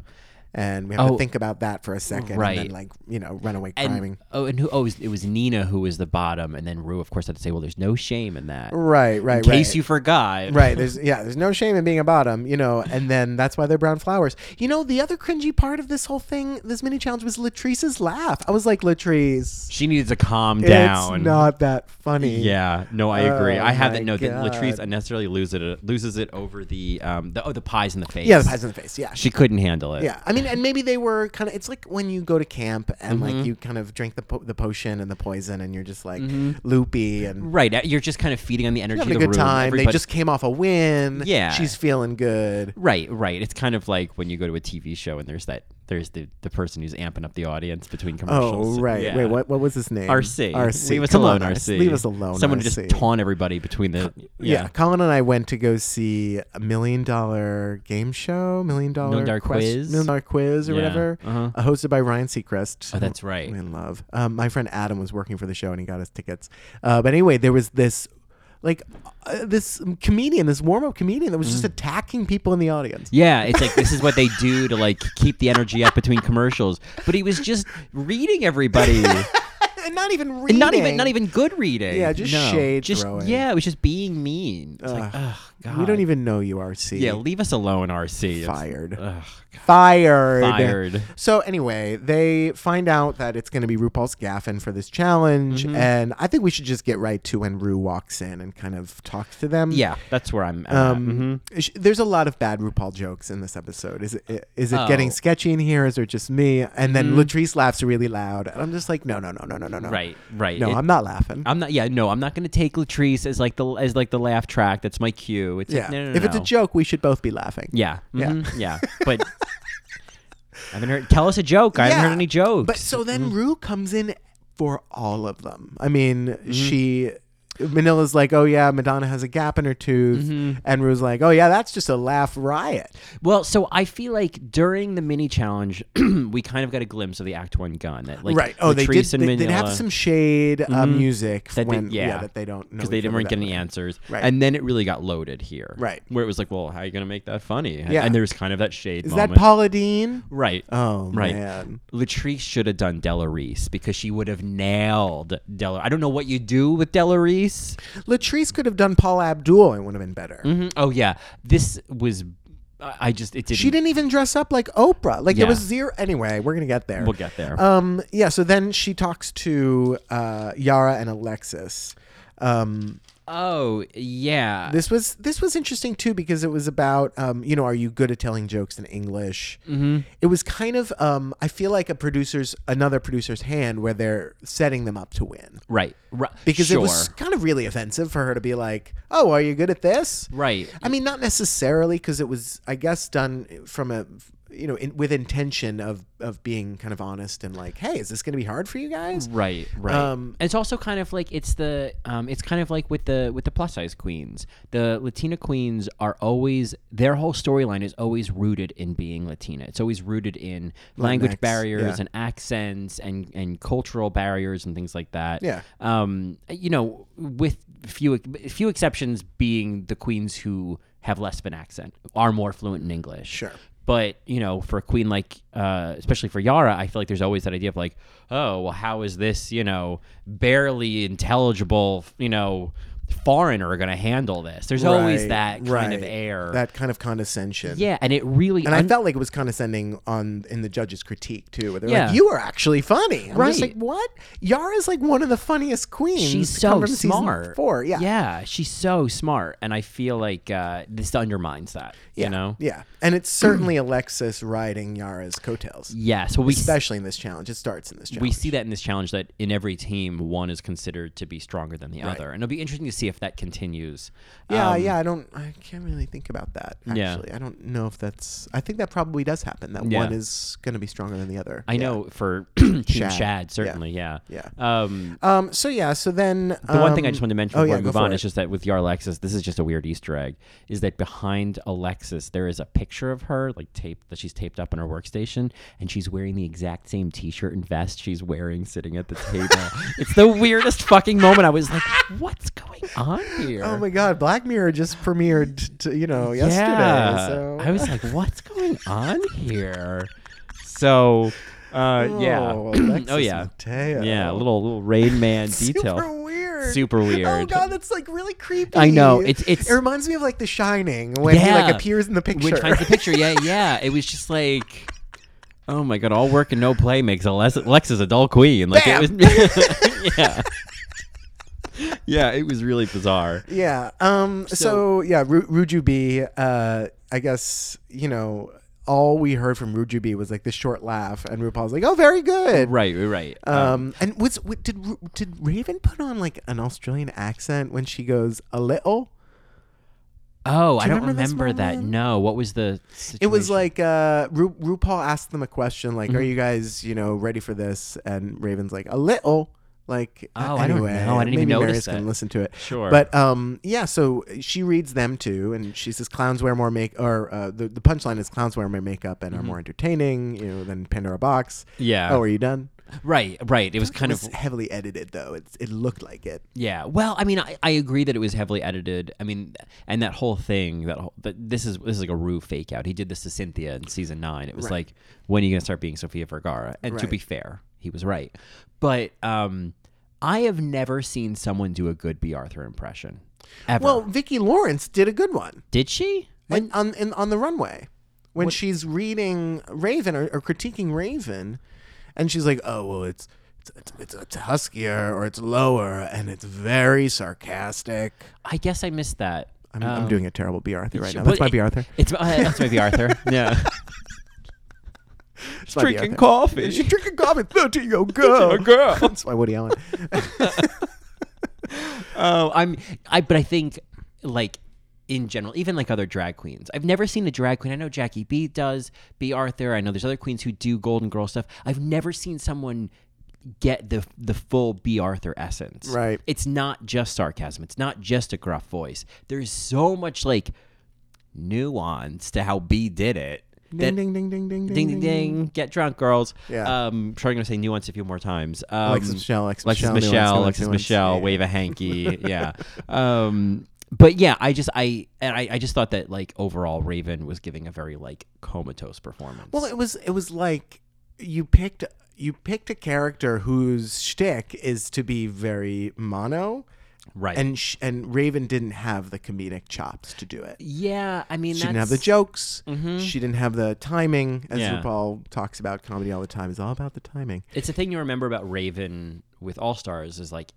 F: And we have
E: Oh.
F: to think about that for a second.
E: Right.
F: And then, like, you know, runaway
E: And
F: criming.
E: oh, and who? Oh, it was, it was Nina who was the bottom, and then Rue, of course, had to say, "Well, there's no shame in that."
F: right, right,
E: In case
F: right.
E: you forgot.
F: Right, there's yeah, there's no shame in being a bottom, you know, and then that's why they're brown flowers. You know, the other cringy part of this whole thing, this mini challenge, was Latrice's laugh. I was like, Latrice,
E: She needed to calm down.
F: it's not that funny.
E: Yeah, no, I agree.
F: Oh
E: I have
F: my
E: that note that Latrice
F: God.
E: unnecessarily loses it loses it over the um the oh the pies in the face.
F: yeah, the pies in the face. Yeah,
E: She couldn't handle it.
F: Yeah, I mean, and maybe they were kind of. It's like when you go to camp and
E: Mm-hmm.
F: like you kind of drink the po- the potion and the poison, and you're just like loopy and
E: Mm-hmm. Right. uh, You're just kind of feeding on the energy
F: having a
E: of the
F: good
E: room.
F: time. They
E: Everybody-
F: just came off a win.
E: Yeah.
F: she's feeling good.
E: Right, right. It's kind of like when you go to a TV show and there's that there's the the person who's amping up the audience between commercials.
F: Oh right,
E: Yeah.
F: wait, what what was his name?
E: RC.
F: RC.
E: Leave us
F: Come
E: alone,
F: on,
E: RC.
F: Leave us alone.
E: Someone
F: RC.
E: to just taunt everybody between the
F: Yeah.
E: yeah.
F: Colin and I went to go see a million dollar game show, million dollar,
E: Dollar
F: quest-
E: Quiz?
F: million dollar quiz or
E: Yeah.
F: whatever,
E: Uh-huh.
F: uh, hosted by Ryan Seacrest.
E: Oh, that's right.
F: We're in love. Um, my friend Adam was working for the show and he got us tickets. Uh, but anyway, there was this. Like uh, this comedian, this warm-up comedian that was just attacking people in the audience.
E: Mm. Yeah, it's like this is what they do to like keep the energy up between commercials. But he was just reading everybody.
F: and not even reading.
E: And not even not even good reading.
F: Yeah, just
E: No.
F: shade
E: just,
F: throwing.
E: Yeah, it was just being mean. It's like, oh god.
F: We don't even know you, RC.
E: Yeah, leave us alone, RC. It's-
F: fired.
E: Ugh,
F: fired.
E: Fired.
F: So anyway, they find out that it's going to be RuPaul's Gaffin for this challenge,
E: Mm-hmm.
F: and I think we should just get right to when Ru walks in and kind of talk to them.
E: yeah, that's where I'm at.
F: Um, sh- There's a lot of bad RuPaul jokes in this episode. Is it is it getting
E: Oh. Mm-hmm.
F: sketchy in here? Is it just me? And then Latrice laughs really loud, and I'm just like, no, no, no, no, no, no, no.
E: Right, right.
F: No,
E: It-
F: I'm not laughing.
E: I'm not. Yeah, no, I'm not going to take Latrice as like the as like the laugh track. That's my cue. It's
F: yeah.
E: Like, no, no, no,
F: if it's a
E: no.
F: joke, we should both be laughing.
E: Yeah.
F: Yeah.
E: mhm, yeah. But I haven't heard. Tell us a joke. I haven't
F: Yeah,
E: heard any jokes. Mm-hmm.
F: But so then Rue comes in for all of them. I mean,
E: Mm-hmm.
F: she Manila's like, "Oh yeah, Madonna has a gap in her tooth,"
E: Mm-hmm.
F: and Rue's like, "Oh yeah, that's just a laugh riot."
E: well, so I feel like during the mini challenge, we kind of got a glimpse of the Act One gun. That like
F: right? Oh, they did.
E: Latrice and
F: They, they'd have
E: Manila- Mm-hmm.
F: some shade uh, music
E: that
F: when
E: they,
F: yeah.
E: yeah,
F: that they don't know
E: because they
F: each
E: didn't
F: other
E: weren't
F: that
E: getting
F: much.
E: answers.
F: Right.
E: and then it really got loaded here.
F: Right.
E: where it was like, well, how are you gonna make that funny?
F: Yeah.
E: and there was kind of that shade.
F: Is
E: moment.
F: that Paula Dean?
E: Right.
F: Oh,
E: right.
F: man.
E: Latrice should have done Della Reese because she would have nailed Della. I don't know what you do with Della Reese.
F: Latrice could have done Paula Abdul and would have been better.
E: Mhm. Oh yeah, this was. I I just it didn't.
F: She didn't even dress up like Oprah. Like there
E: Yeah.
F: was zero. Anyway, we're gonna get there.
E: We'll get there.
F: Um, yeah. So then she talks to uh, Yara and Alexis. Um,
E: oh yeah.
F: this was this was interesting too because it was about um, you know are you good at telling jokes in English? Mm-hmm. It was kind of um, I feel like a producer's another producer's hand where they're setting them up to win
E: right. Ri-
F: because
E: sure.
F: it was kind of really offensive for her to be like, "Oh, are you good at this?"
E: Right.
F: I mean, not necessarily because it was, I guess, done from a you know in, with intention of of being kind of honest and like, "Hey, is this going to be hard for you guys?"
E: Right, right.
F: Um,
E: it's also kind of like it's the um, it's kind of like with the with the plus size queens. The Latina queens are always their whole storyline is always rooted in being Latina. It's always rooted in language
F: Latinx,
E: barriers
F: yeah.
E: and accents and and cultural barriers and things like that.
F: Yeah.
E: Um, you know, with few few exceptions being the queens who have less of an accent are more fluent in English.
F: Sure.
E: But you know, for a queen like, uh, especially for Yara, I feel like there's always that idea of like, oh, well, how is this, you know, barely intelligible, you know, foreigner going to handle this? There's always
F: Right,
E: that kind of
F: right.
E: air.
F: that kind of condescension.
E: yeah, and it really
F: And I
E: un-
F: felt like it was condescending on in the judges' critique too. Where they're
E: Yeah.
F: like, "You are actually funny." I'm just
E: Right.
F: like, "What?" Yara's like one of the funniest queens.
E: she's
F: to come
E: so
F: from season
E: smart.
F: Four, yeah,
E: yeah, she's so smart, and I feel like uh, this undermines that.
F: yeah,
E: You know,
F: yeah. And it's certainly Alexis riding Yara's coattails,
E: yeah. So we
F: especially in this challenge. It starts in this challenge.
E: we see that in this challenge that in every team one is considered to be stronger than the other and it'll be interesting to see if that continues
F: Yeah,
E: Um,
F: yeah. I don't. I can't really think about that.
E: Yeah.
F: Actually, I don't know if that's. I think that probably does happen. That
E: Yeah.
F: one is going to be stronger than the other.
E: i
F: Yeah.
E: know for team
F: Shad.
E: shad,
F: Yeah.
E: certainly yeah
F: Yeah.
E: um
F: Um. So yeah. So then um,
E: the one thing I just wanted to mention before
F: oh, yeah,
E: we
F: go
E: move
F: for
E: on
F: it.
E: is just that with Yar Alexis, this is just a weird Easter egg. Is that behind Alexis there is a picture of her, like taped that she's taped up on her workstation, and she's wearing the exact same T-shirt and vest she's wearing sitting at the table. it's the weirdest fucking moment. I was like, what's going on here?
F: Oh my God! Black Mirror just premiered, t- you know, yesterday.
E: Yeah.
F: So
E: I was like, what's going on here? So, uh, yeah.
F: Oh, Alexis
E: oh, yeah.
F: Mateo.
E: Yeah, a little, little Rain Man detail.
F: Super weird.
E: Super
F: Oh
E: weird.
F: god, that's like really creepy.
E: I know, it's- it's-
F: It reminds me of like The Shining when he like
E: Yeah.
F: appears in the picture.
E: Which finds the picture. Yeah, yeah. It was just like, oh my God, all work and no play makes Alex- Alexis a dull queen. Like,
F: Bam!
E: it was. yeah. Yeah, it was really bizarre.
F: Yeah. Um. So, yeah, Ru- Ruju B. Uh, I guess you know all we heard from Ruju B was like this short laugh, and RuPaul's like, "Oh, very good."
E: Right, right.
F: Um. And was w- did Ru- did Raven put on like an Australian accent when she goes a little?
E: oh, I
F: you
E: don't
F: remember this
E: remember, that.
F: moment?
E: No, what was the?
F: It
E: situation?
F: was
E: Mm-hmm.
F: like uh, Ru- RuPaul asked them a question like, "Are you guys you know ready for this?" And Raven's like, "A little." Like uh,
E: Oh,
F: anyway,
E: I don't know. I didn't even
F: maybe
E: notice
F: Mary's gonna
E: that.
F: listen to it.
E: Sure.
F: but um, yeah. So she reads them too, and she says, "Clowns wear more make." Or uh, the the punchline is, "Clowns wear more makeup and are more entertaining." You know, than Pandora Box.
E: Mm-hmm. Yeah.
F: Oh, are you done?
E: right, right. It was
F: It
E: kind
F: was
E: of
F: heavily edited though. It's it looked like it.
E: Yeah. Well, I mean, I, I agree that it was heavily edited. I mean, and that whole thing that whole, but this is this is like a Rue fake out. He did this to Cynthia in season nine. It was like, when are you gonna start being Sofia Vergara? And to
F: Right.
E: be fair, he was right. But um, I have never seen someone do a good B Arthur impression ever.
F: Well, Vicki Lawrence did a good one.
E: did she?
F: when, on in, on the runway when she's reading Raven or, or critiquing Raven, and she's like, "Oh well, it's it's it's, it's huskier or it's lower and it's very sarcastic."
E: I guess I missed that. Um,
F: I'm, I'm doing a terrible B Arthur right now.
E: Well,
F: That's my
E: it-
F: B Arthur.
E: It's uh, that's my B Arthur. Yeah.
F: This might be
G: drinking
F: okay.
G: coffee.
F: She's drinking coffee. Thirteen year old girl.
G: girl.
F: That's why Woody Allen.
E: Oh, I'm I but I think like in general, even like other drag queens. I've never seen a drag queen. I know Jackie B does, B Arthur. I know there's other queens who do Golden Girl stuff. I've never seen someone get the the full B Arthur essence.
F: Right.
E: It's not just sarcasm. It's not just a gruff voice. There's so much like nuance to how B did it.
F: Ding ding ding ding ding
E: ding ding ding. Get drunk, girls.
F: Yeah.
E: Um, probably gonna say nuance a few more times. Um,
F: Alexis Michelle, Alexis
E: Alexis
F: Michelle, nuance,
E: Michelle,
F: nuance,
E: Alexis
F: nuance.
E: Michelle.
F: Yeah, yeah.
E: Wave a hanky. yeah. Um, but yeah, I just I and I, I just thought that like overall Raven was giving a very like comatose performance.
F: Well, it was it was like you picked you picked a character whose shtick is to be very mono,
E: right.
F: and sh- and Raven didn't have the comedic chops to do it.
E: yeah, I mean
F: She
E: that's,
F: didn't have the jokes. She didn't have the timing, as
E: Yeah.
F: RuPaul talks about comedy all the time. It's all about the timing.
E: It's a thing you remember about Raven with All Stars is like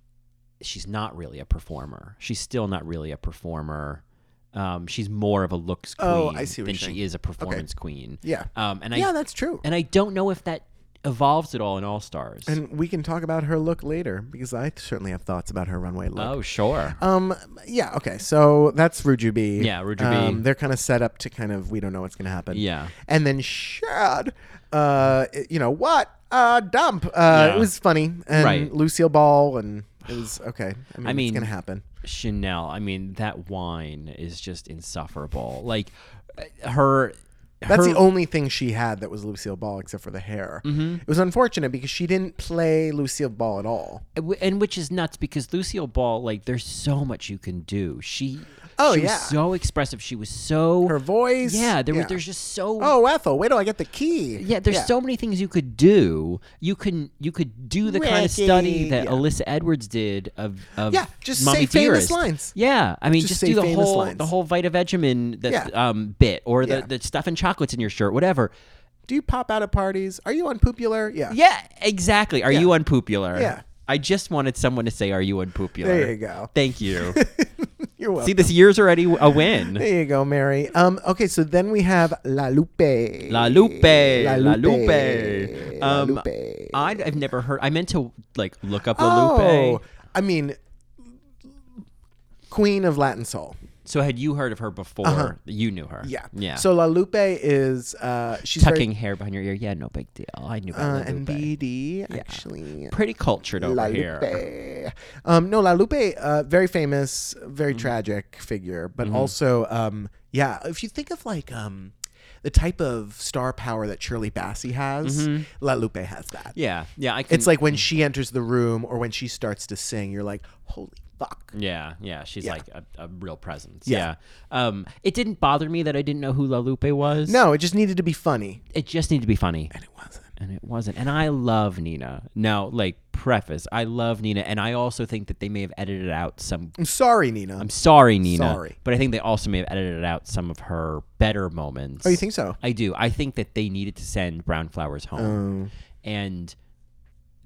E: she's not really a performer. She's still not really a performer. Um, she's more of a looks queen
F: Oh, I see what
E: than
F: you're saying.
E: she is a performance queen.
F: Yeah.
E: Um, and I
F: yeah, that's true.
E: and I don't know if that evolves at all in All Stars.
F: And we can talk about her look later because I certainly have thoughts about her runway look.
E: Oh, sure.
F: Um. Yeah. Okay. So that's Ruju B.
E: Yeah, Ruju B.
F: Um, they're kind of set up to kind of we don't know what's gonna happen.
E: Yeah.
F: And then Shad, uh, it- you know what? Uh, dump. Uh,
E: Yeah.
F: it was funny and
E: Right.
F: Lucille Ball and it was okay. I mean,
E: mean-
F: it's gonna happen.
E: Chanel. I mean, that wine is just insufferable. Like uh, her.
F: That's
E: her,
F: the only thing she had that was Lucille Ball, except for the hair.
E: Mm-hmm.
F: It was unfortunate because she didn't play Lucille Ball at all.
E: and which is nuts because Lucille Ball, like, there's so much you can do. She,
F: Oh,
E: she
F: yeah.
E: was so expressive. She was so
F: Her voice.
E: Yeah, there was. There's just so.
F: Oh, Ethel, wait till I get the key.
E: Yeah, there's so many things you could do. You can you could do the kind of study
F: Ricky.
E: that
F: Yeah.
E: Alyssa Edwards did of, of
F: Yeah, just
E: Mommy
F: say famous
E: Dearest.
F: lines.
E: Yeah, I mean,
F: Just
E: just,
F: say
E: do the
F: famous
E: whole
F: lines.
E: the whole Vita Vegemin that
F: Yeah.
E: um, bit or the,
F: Yeah.
E: the stuff and chocolates in your shirt, whatever.
F: Do you pop out of parties? Are you unpopular? Yeah.
E: Yeah, exactly. Are you unpopular?
F: Uh, Yeah.
E: I just wanted someone to say, "Are you unpopular?"
F: There you go.
E: Thank you.
F: You're welcome.
E: See, this year's already a win.
F: There you go, Mary. Um, okay, so then we have La Lupe.
E: La Lupe, La Lupe.
F: La
E: Um,
F: Lupe.
E: I, I've never heard. I meant to like look up La
F: Oh,
E: Lupe.
F: I mean, Queen of Latin Soul.
E: So had you heard of her before? You knew her.
F: Uh-huh. Yeah.
E: Yeah.
F: So La Lupe is uh, she's very-
E: tucking hair behind your ear. Yeah, no big deal. I knew about
F: uh,
E: La
F: and
E: Lupe.
F: BD actually.
E: Pretty cultured over
F: La
E: here.
F: Lupe. Um, no, La Lupe, uh, very famous, very tragic figure, but also, um, yeah, if you think of like um, the type of star power that Shirley Bassey has, La Lupe has that.
E: Yeah. Yeah. I. Can,
F: It's like when she enters the room or when she starts to sing, you're like, holy fuck.
E: Yeah, yeah, she's like a, a real presence. Yeah. Um, it didn't bother me that I didn't know who La Lupe was.
F: No, it just needed to be funny.
E: it just needed to be funny,
F: It wasn't.
E: and it wasn't. And I love Nina. Now, like preface, I love Nina, and I also think that they may have edited out some.
F: I'm sorry, Nina.
E: I'm sorry, Nina.
F: Sorry.
E: but I think they also may have edited out some of her better moments.
F: oh, you think so?
E: I do. I think that they needed to send brown flowers
F: Oh.
E: home, and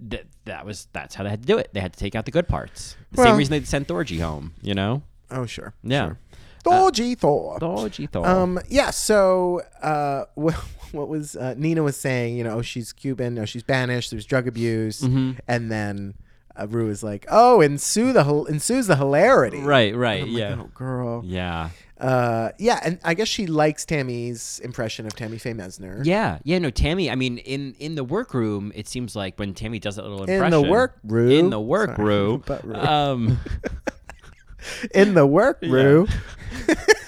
E: that that was that's how they had to do it. They had to take out the good parts. The
F: Well-
E: same reason they sent Thorgy home. You know?
F: Oh, sure.
E: Yeah.
F: Thor G Uh, Thor.
E: Thorgy Thor.
F: Um, yeah. So, uh, what, what was uh, Nina was saying? You know, oh, she's Cuban. No, she's Spanish. There's drug abuse,
E: Mm-hmm.
F: and then uh, Rue is like, "Oh, ensue the hil- ensues the hilarity."
E: right. Right.
F: I'm like,
E: yeah.
F: oh, girl.
E: Yeah.
F: Uh, yeah, and I guess she likes Tammy's impression of Tammy Faye Mesner.
E: Yeah, yeah, no, Tammy. I mean, in in the workroom, it seems like when Tammy does that little
F: the
E: impression
F: workroom.
E: in the
F: Sorry,
E: workroom,
F: but room.
E: um,
F: In the work, Rue.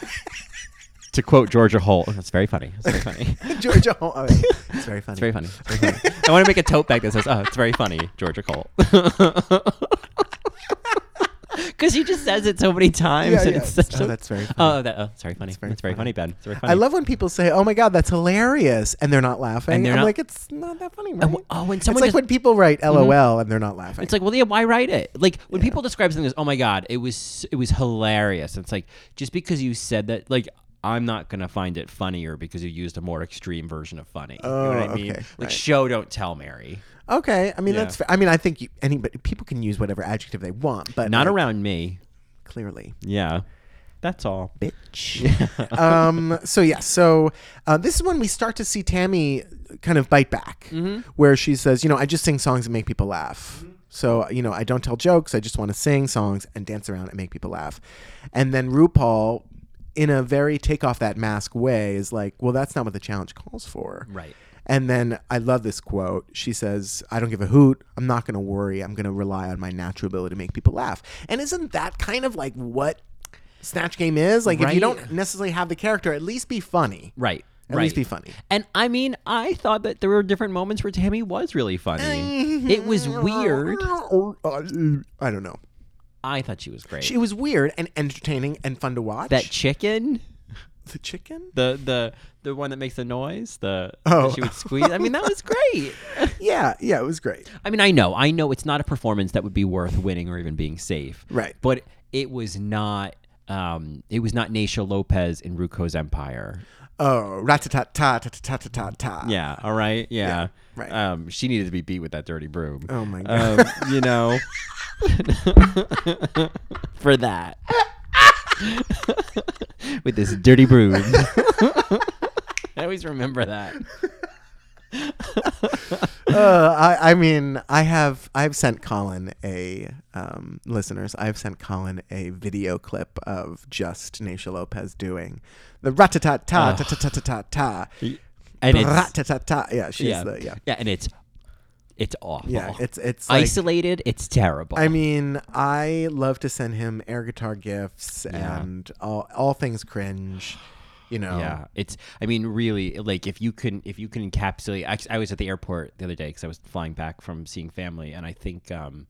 E: to quote Georgia Holt, that's very funny. That's very funny.
F: Georgia. Hol- oh, wait. it's very funny.
E: It's very funny. It's very funny. I want to make a tote bag that says, "Oh, it's very funny, Georgia Cole," because he just says it so many times.
F: Yeah,
E: and
F: yeah.
E: it's such
F: Oh,
E: a-
F: that's very funny.
E: Oh, that, oh, it's very funny. It's very, funny. Ben. It's very funny.
F: I love when people say, "Oh my god, that's hilarious," and they're not laughing.
E: And they're
F: I'm
E: not-
F: like, it's not that funny, right?
E: And w- oh, when someone
F: it's like
E: does-
F: when people write "LOL" and they're not laughing.
E: It's like, well, yeah, why write it? Like when people describe something as, "Oh my god, it was it was hilarious," it's like just because you said that, like. I'm not gonna find it funnier because you used a more extreme version of funny. you know what I
F: Oh,
E: mean?
F: okay,
E: Like show, don't tell, Mary.
F: Okay, I mean
E: Yeah.
F: that's. Fair. I mean, I think you, anybody people can use whatever adjective they want, but
E: Not
F: like,
E: around me.
F: clearly,
E: Yeah, that's all.
F: bitch. um. So yeah. So uh, this is when we start to see Tammy kind of bite back, where she says, you know, I just sing songs that make people laugh. So, you know, I don't tell jokes. I just want to sing songs and dance around and make people laugh. And then RuPaul, in a very take off that mask way, is like, well, that's not what the challenge calls for.
E: Right.
F: And then I love this quote. She says, I don't give a hoot. I'm not going to worry. I'm going to rely on my natural ability to make people laugh. And isn't that kind of like what Snatch Game is? Like, if you
E: Right.
F: don't necessarily have the character, at least be funny.
E: Right.
F: At
E: right.
F: least be funny.
E: And I mean, I thought that there were different moments where Tammy was really funny. it was weird.
F: I don't know.
E: I thought she was great.
F: She was weird and entertaining and fun to watch.
E: that chicken,
F: the chicken?
E: the the the one that makes the noise, the
F: Oh.
E: that she would squeeze. I mean, that was great.
F: Yeah, yeah, it was great.
E: I mean, I know, I know, it's not a performance that would be worth winning or even being safe.
F: Right.
E: But it was not. Um, it was not Naisha Lopez in Ruco's Empire.
F: Oh, rat ta ta ta ta ta ta ta.
E: Yeah. All right. Yeah.
F: right.
E: Um, she needed to be beat with that dirty broom.
F: Oh my god.
E: um, you know, for that. With this dirty broom. I always remember that.
F: Uh, I, I mean, I have I've sent Colin a um, listeners. I've sent Colin a video clip of just Naisha Lopez doing the rat ta ta ta ta ta ta ta ta.
E: And
F: Rat
E: it's
F: ta ta ta. Yeah, she's
E: yeah,
F: the yeah.
E: and it's it's awful.
F: Yeah, it's it's like,
E: isolated. It's terrible.
F: I mean, I love to send him air guitar gifts and all all things cringe. You know.
E: yeah, it's. I mean, really, like if you can, if you can encapsulate. I, I was at the airport the other day because I was flying back from seeing family, and I think um,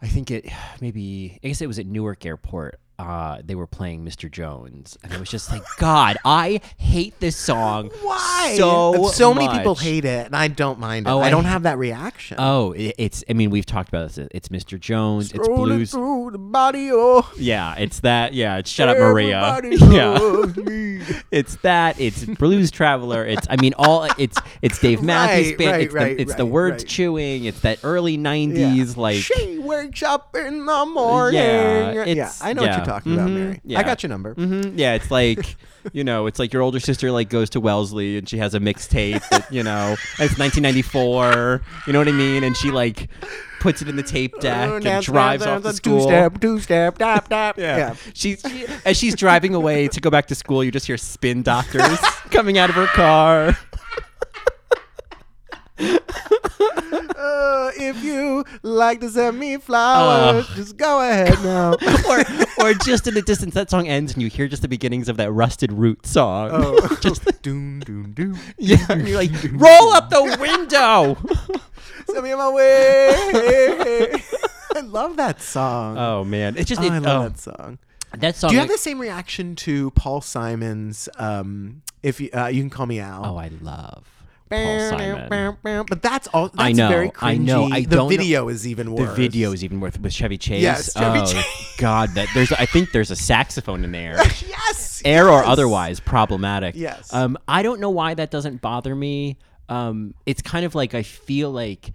E: I think it maybe I guess it was at Newark Airport. Uh, they were playing Mr. Jones, and I was just like, God, I hate this song.
F: Why?
E: So
F: so many people
E: much."
F: hate it, and I don't mind it.
E: Oh,
F: I,
E: I
F: don't
E: hate-
F: have that reaction.
E: Oh, it, it's. I mean, we've talked about this. It's Mr. Jones. it's
F: Rolling
E: blues.
F: through the body, oh.
E: Yeah, it's that. Yeah, it's Shut Up Maria.
F: Everybody
E: Yeah.
F: loves me.
E: It's that. It's Blues Traveler. It's I mean all. It's it's Dave Matthews
F: Right,
E: Band.
F: right,
E: it's the,
F: right,
E: it's the
F: right,
E: words
F: right.
E: chewing. It's that early
F: Yeah.
E: '90s like.
F: she wakes up in the morning.
E: it's-
F: I know what
E: yeah.
F: you're talking about,
E: Mhm,
F: Mary. I
E: yeah.
F: got your number.
E: Mhm, yeah, it's like you know, it's like your older sister like goes to Wellesley and she has a mixtape. That, you know, it's 1994. You know what I mean? And she like puts it in the tape deck
F: Oh,
E: and
F: that's-
E: drives
F: that's
E: off to
F: a
E: school.
F: Two-step, two-step, dap, dap.
E: Yeah.
F: yeah.
E: She's she, as she's driving away to go back to school, you just hear spin doctors coming out of her car.
F: Uh, if you like to send me flowers,
E: Uh.
F: just go ahead now.
E: or or just in the distance that song ends and you hear just the beginnings of that rusted root song.
F: Oh. doom, doom, doom.
E: yeah. And you're like, roll up the window.
F: Send me on my way. I love that song.
E: oh man. It's just
F: Oh,
E: it,
F: I love
E: oh,
F: that song.
E: that song.
F: Do you have
E: like-
F: the same reaction to Paul Simon's um, "If You, uh, you Can Call Me Al"?
E: Oh, I love Paul Simon.
F: But that's all. That's
E: I know,
F: Very cringy.
E: I know, I
F: the
E: don't know-
F: video is even worse.
E: The video is even worth with Chevy Chase.
F: Yes, Chevy
E: oh,
F: Chase.
E: God, that there's I think there's a saxophone in there.
F: yes,
E: air or
F: yes.
E: otherwise problematic.
F: Yes.
E: Um, I don't know why that doesn't bother me. Um, it's kind of like I feel like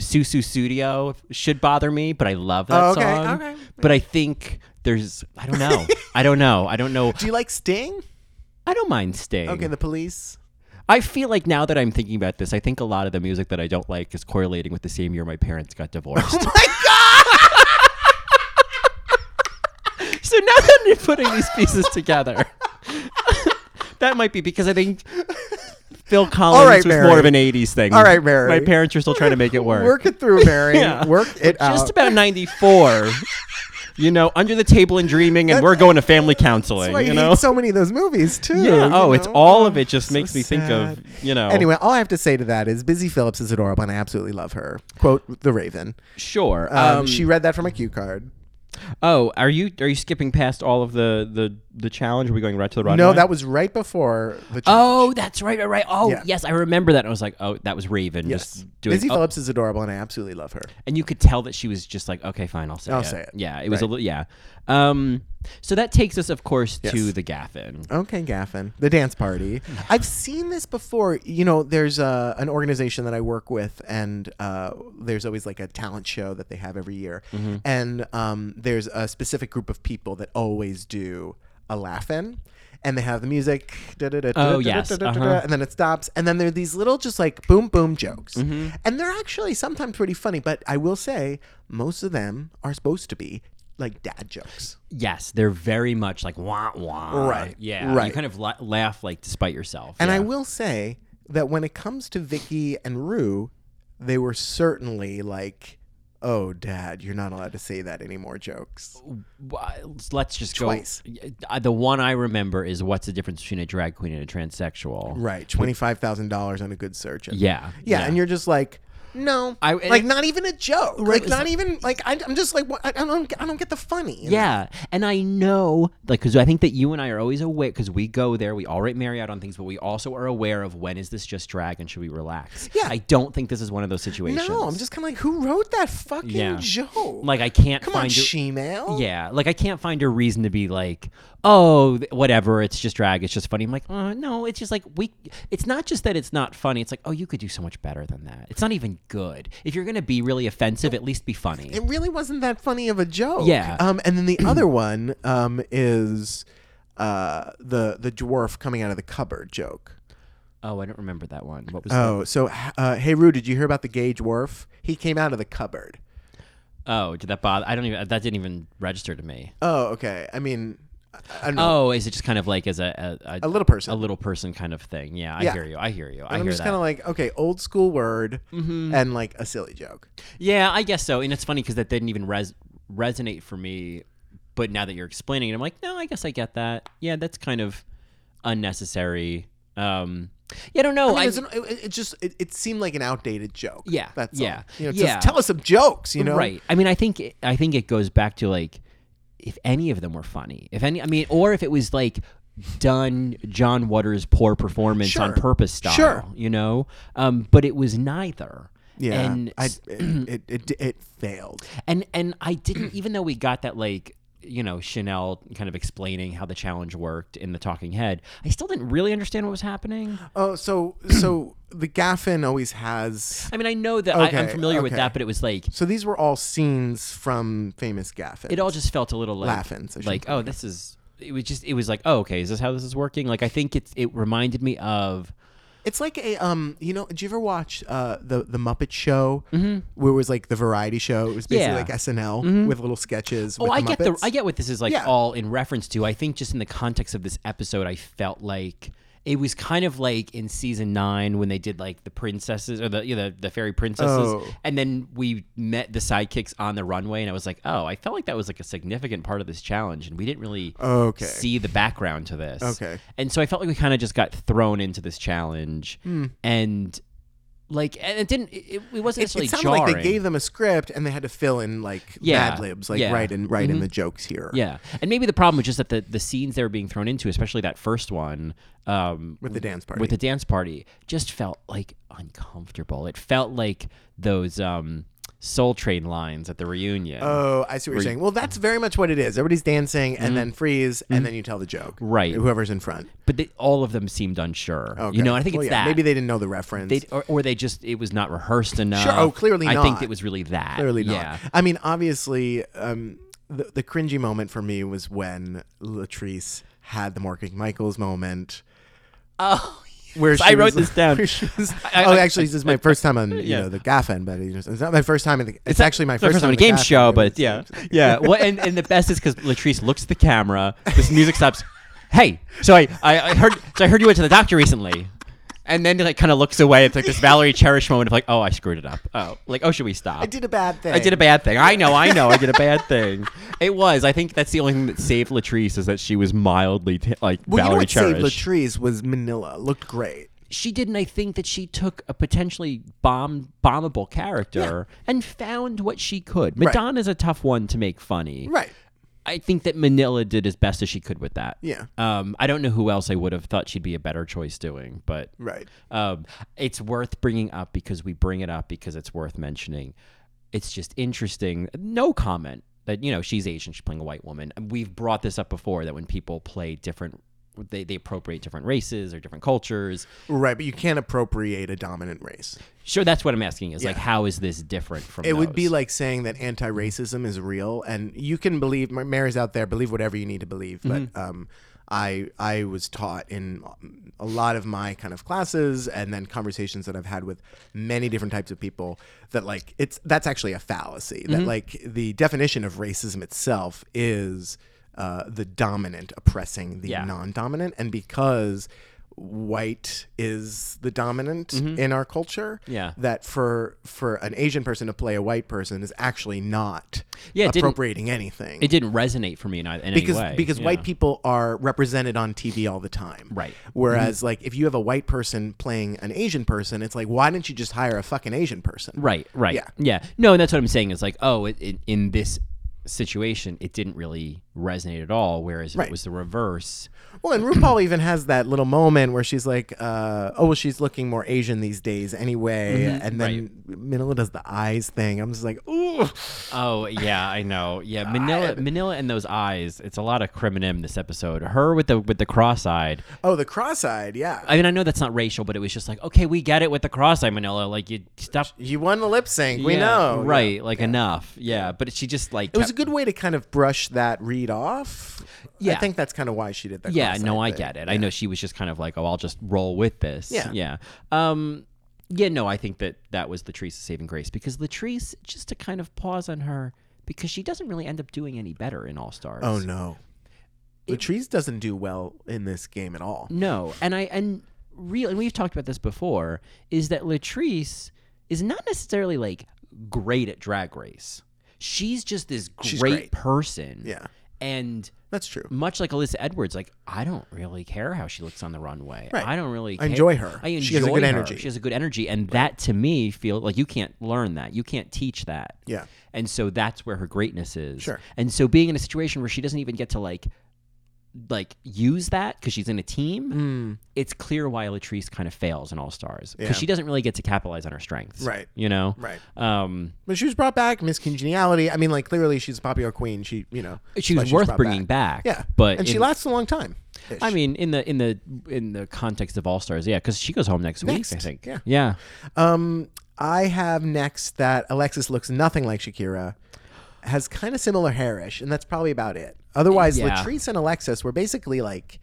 E: Susu Studio should bother me, but I love that
F: Oh, okay,
E: song.
F: okay.
E: But I think there's I don't know. I don't know. I don't know.
F: Do you like Sting?
E: I don't mind Sting.
F: Okay, the police.
E: I feel like now that I'm thinking about this, I think a lot of the music that I don't like is correlating with the same year my parents got divorced. Oh my god! so now that I'm putting these pieces together, that might be because I think Phil Collins
F: All right,
E: was
F: Mary.
E: more of an '80s thing.
F: All right, Mary.
E: My parents were still trying to make it work.
F: Work it through, Mary.
E: Yeah.
F: Work it out.
E: Just about '94. You know, under the table and dreaming, and we're going to family counseling.
F: That's why you,
E: you know,
F: hate so many of those movies too.
E: yeah.
F: you
E: Oh, it's
F: know?
E: all of it. Just makes
F: so
E: me think of
F: sad.
E: you know.
F: Anyway, all I have to say to that is Busy Phillips is adorable, and I absolutely love her. Quote the Raven.
E: sure.
F: Um, she read that from a cue card.
E: Oh, are you are you skipping past all of the the the challenge? Are we going right to the runway?
F: No, that was right before the.
E: Oh, that's right, right, right. Oh,
F: Yeah.
E: yes, I remember that. And I was like, oh, that was Raven
F: yes.
E: just doing.
F: Busy
E: oh,
F: Phillips is adorable, and I absolutely love her.
E: and you could tell that she was just like, okay, fine, I'll say
F: I'll
E: it.
F: say it.
E: Yeah, it was a little. Yeah. Um. So that takes us, of course, to
F: Yes.
E: the Gaffin.
F: Okay, Gaffin. The dance party. I've seen this before. You know, there's a, an organization that I work with, and uh, there's always like a talent show
E: Mm-hmm.
F: that they have every year. And um, there's a specific group of people that always do a laugh-in and they have the music da, da, da,
E: Oh,
F: da, da,
E: yes,
F: da, da, da,
E: uh-huh.
F: and then it stops and then there are these little just like boom boom jokes
E: Mm-hmm.
F: and they're actually sometimes pretty funny but i will say most of them are supposed to be like dad jokes
E: Yes, they're very much like wah wah.
F: Right,
E: Yeah. You
F: right.
E: kind of la- laugh like despite yourself.
F: And I
E: yeah.
F: will say that when it comes to Vicky and Rue, they were certainly like, "Oh, Dad, you're not allowed to say that anymore." Jokes.
E: Well, let's just
F: Twice.
E: go. Uh, The one I remember is what's the difference between a drag queen and a transsexual?
F: Right. Twenty five thousand dollars on a good search. engine.
E: Yeah,
F: yeah.
E: yeah.
F: And you're just like, no,
E: I- and
F: like
E: it-
F: not even a joke. Like
E: it's
F: not
E: like-
F: even like I, I'm just like what, I, I don't I don't get the funny. in
E: Yeah, and I know, like, because I think that you and I are always aware, because we go there, we all rate Marriott on things, but we also are aware of when is this just drag and should we relax?
F: Yeah.
E: I don't think this is one of those situations.
F: No, I'm just kind of like, who wrote that fucking
E: Yeah.
F: joke?
E: like I can't
F: come on,
E: find a-
F: shemale.
E: Yeah, like I can't find a reason to be like, oh, th- whatever. It's just drag. It's just funny. I'm like, uh, no. It's just like we. It's not just that it's not funny. It's like, oh, you could do so much better than that. It's not even good. If you're gonna be really offensive, at least be funny.
F: it really wasn't that funny of a joke.
E: Yeah.
F: Um, and then the other one um, is uh, the the dwarf coming out of the cupboard joke.
E: oh, I don't remember that one. What was?
F: Oh, so uh, hey Rue, did you hear about the gay dwarf? He came out of the cupboard.
E: that? oh, did that bother? I don't even. That didn't even register to me.
F: Oh, okay. I mean, I, I don't know.
E: Oh, is it just kind of like as a a,
F: A little person.
E: a little person kind of thing? Yeah, I
F: Yeah.
E: hear you. I hear you. I
F: And I'm
E: hear
F: just
E: that. Mm-hmm.
F: kind of like, okay, old school word and like a silly joke.
E: Yeah, I guess so. And it's funny because that didn't even res- resonate for me. But now that you're explaining it, I'm like, no, I guess I get that. Yeah, that's kind of unnecessary. Um, yeah, I don't know.
F: I mean,
E: I-
F: it's an, it, it just it, it seemed like an outdated joke.
E: Yeah,
F: that's
E: yeah,
F: all. You know,
E: yeah.
F: just tell us some jokes. You know,
E: right. I mean, I think it, I think it goes back to like if any of them were funny, if any, I mean, or if it was like done John Waters' poor performance on
F: Sure.
E: purpose style,
F: Sure.
E: you know. Um, but it was neither.
F: Yeah,
E: and
F: I, it, it, it it failed.
E: And and I didn't even though we got that like you know Chanel kind of explaining how the challenge worked in the Talking Head, I still didn't really understand what was happening.
F: Oh, so so the Gaffin always has.
E: I mean, I know that I, I'm
F: Okay,
E: familiar with
F: okay.
E: that, but it was like
F: So these were all scenes from famous Gaffin.
E: it all just felt a little like
F: Laughing, so she-
E: like oh this is it was just it was like oh okay is this how this is working? Like I think it's it reminded me of
F: It's like a um. You know, did you ever watch uh the the Muppet Show where it was like the variety show? It was basically
E: Mm-hmm. Yeah. Mm-hmm.
F: like SNL with little sketches.
E: oh
F: with
E: I
F: the
E: get the
F: Muppets.
E: I get what this is like
F: Yeah.
E: all in reference to. I think just in the context of this episode, I felt like. It was kind of like in season nine when they did like the princesses or the you know, the fairy princesses,
F: Oh.
E: and then we met the sidekicks on the runway, and I was like, oh, I felt like that was like a significant part of this challenge, and we didn't really
F: Okay.
E: see the background to this.
F: Okay.
E: and so I felt like we kind of just got thrown into this challenge,
F: Hmm.
E: and like, and it didn't, it, it wasn't
F: It,
E: necessarily
F: it sounded
E: jarring.
F: like they gave them a script and they had to fill in like
E: Yeah.
F: Mad Libs, like
E: Yeah. Mm-hmm.
F: write in write in the jokes here.
E: Yeah, and maybe the problem was just that the the scenes they were being thrown into, especially that first one, um,
F: With the dance party.
E: with the dance party, just felt like uncomfortable. It felt like those um, Soul Train lines at the reunion.
F: Oh, I see what you're saying. Well, that's very much what it is. Everybody's dancing and then freeze and then you tell the joke.
E: Mm-hmm. Right.
F: Whoever's in front.
E: but they, all of them seemed unsure.
F: Okay.
E: You know, and I think
F: Well,
E: it's
F: yeah,
E: that
F: Maybe they didn't know the reference.
E: They, or, or they just it was not rehearsed enough.
F: oh, clearly
E: I think
F: not.
E: it was really that.
F: Clearly not.
E: yeah.
F: I mean, obviously, um, the, the cringy moment for me was when Latrice had the Morgan Michaels moment. Oh. Where
E: I
F: she
E: wrote this
F: was-
E: down.
F: where she was-
E: I-
F: oh,
E: I-
F: actually, this is my first time on you
E: Yeah.
F: know the Gaffin, but it's it's not my first time. In the, it's, actually my
E: It's our
F: first,
E: first time on a
F: in the
E: game
F: Gaffin,
E: show,
F: it
E: but
F: was-
E: yeah, yeah. Well, and, and the best is because Latrice looks at the camera. This music stops. Hey, so I, I, I heard so I heard you went to the doctor recently, and then like kind of looks away. It's like this Valerie Cherish moment of like, oh, I screwed it up. Oh, like oh, should we stop?
F: I did a bad thing.
E: I did a bad thing. I know, I know, I did a bad thing. It was. I think that's the only thing that saved Latrice is that she was mildly t- like
F: Well, you know
E: Valerie
F: what
E: Cherish.
F: saved Latrice was Manila. Looked great.
E: she didn't. I think that she took a potentially bomb bombable character and found what she could. Madonna's a tough one to make funny.
F: Right.
E: I think that Manila did as best as she could with that.
F: Yeah.
E: Um, I don't know who else I would have thought she'd be a better choice doing, but
F: Right.
E: um, it's worth bringing up because we bring it up because it's worth mentioning. It's just interesting. No comment that you know she's Asian. She's playing a white woman. And We've brought this up before that when people play different they, they appropriate different races or different cultures.
F: Right, but you can't appropriate a dominant race.
E: Sure, that's what I'm asking is like,
F: Yeah.
E: how is this different from
F: It would be
E: those?
F: like saying that anti-racism is real, and you can believe. Ma- Mary's out there, believe whatever you need to believe.
E: Mm-hmm.
F: But um, I I was taught in um, a lot of my kind of classes, and then conversations that I've had with many different types of people that like it's that's actually a fallacy.
E: Mm-hmm.
F: That like the definition of racism itself is uh, the dominant oppressing the
E: Yeah.
F: non-dominant, and because white is the dominant in our culture
E: Mm-hmm. Yeah.
F: that for for an Asian person to play a white person is actually not
E: Yeah, it didn't-
F: appropriating anything.
E: It didn't resonate for me in, in
F: because
E: any way.
F: because
E: yeah.
F: white people are represented on TV all the time.
E: Right. Mm-hmm.
F: Whereas like if you have a white person playing an Asian person, it's like why didn't you just hire a fucking Asian person?
E: Right, right.
F: Yeah.
E: Yeah. No, and that's what I'm saying is like, oh, it, it, in this situation, it didn't really resonate at all. Whereas if
F: Right.
E: it was the reverse.
F: Well, and RuPaul even has that little moment where she's like, uh, "Oh, well, she's looking more Asian these days anyway,"
E: Mm-hmm.
F: and then Manila does the eyes thing. I'm just like, "Ooh,
E: Oh, yeah, I know. Yeah, Manila Manila and those eyes. It's a lot of crim and M this episode. Her with the with the cross-eyed.
F: oh, the cross-eyed, yeah."
E: I mean, I know that's not racial, but it was just like, okay, we get it with the cross-eyed Manila. Like you stop
F: you won the lip sync. We
E: Yeah,
F: know, Yeah.
E: Right, like enough. Yeah, but she just like
F: It was
E: kept-
F: a good way to kind of brush that read off. I
E: Yeah.
F: think that's kind of why she did that.
E: Yeah,
F: cross-eyed
E: no, I
F: thing.
E: get it. I know she was just kind of like, oh, I'll just roll with this.
F: Yeah.
E: Yeah. Um, yeah, no, I think that that was Latrice's saving grace because Latrice, just to kind of pause on her, because she doesn't really end up doing any better in All Stars.
F: Oh no, Latrice doesn't do well in this game at all.
E: No, and I and real and we've talked about this before is that Latrice is not necessarily like great at Drag Race. She's just this
F: She's
E: great,
F: great.
E: person.
F: Yeah.
E: And
F: That's true.
E: much like Alyssa Edwards, like I don't really care how she looks on the runway.
F: Right.
E: I don't really. ca-
F: I enjoy her.
E: I enjoy
F: She has a good
E: her.
F: energy.
E: She has a good energy, and that to me feel like you can't learn that. You can't teach that.
F: Yeah.
E: And so that's where her greatness is.
F: Sure.
E: And so being in a situation where she doesn't even get to like, like use that because she's in a team, it's clear why Latrice kind of fails in All Stars because
F: Mm. Yeah.
E: she doesn't really get to capitalize on her strengths.
F: Right.
E: You know.
F: Right.
E: Um.
F: But she was brought back, Miss Congeniality. I mean, like clearly she's a popular queen. She, you know, that's
E: She
F: why
E: was worth
F: brought
E: bringing back.
F: Yeah,
E: But
F: and she
E: in-
F: lasts a long time.
E: I mean, in the in the in the context of All Stars, yeah, because she goes home next, week, I
F: Next,
E: think.
F: yeah.
E: yeah.
F: Um, I have next that Alexis looks nothing like Shakira, has kind of similar hairish, and that's probably about it. Otherwise,
E: Yeah.
F: Latrice and Alexis were basically like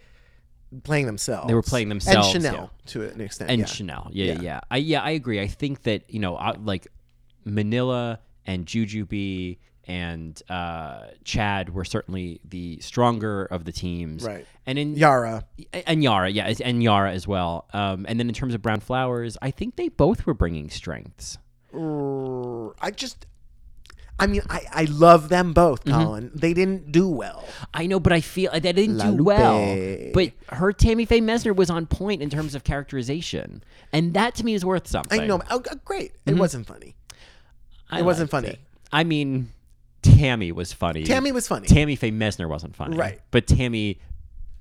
F: playing themselves.
E: They were playing themselves,
F: and Chanel
E: yeah.
F: to an extent.
E: and
F: yeah.
E: Chanel. Yeah, yeah, yeah. I yeah, I agree. I think that you know, I, like Manila and Jujubee and uh, Chad were certainly the stronger of the teams,
F: Right.
E: And in
F: Yara.
E: and Yara, yeah, it's- and Yara as well. Um, and then in terms of Brown Flowers, I think they both were bringing strengths.
F: er, I just. I mean, I, I love them both,
E: Mm-hmm.
F: Colin. They didn't do well.
E: I know, but I feel they didn't
F: La
E: do
F: Lupe.
E: well. But her Tammy Faye Mesner was on point in terms of characterization, and that to me is worth something.
F: I know. Oh, oh, great.
E: Mm-hmm.
F: It wasn't funny.
E: I
F: it wasn't
E: liked
F: funny.
E: I mean, Tammy was funny.
F: Tammy was funny.
E: Tammy Faye Mesner wasn't funny.
F: Right.
E: But Tammy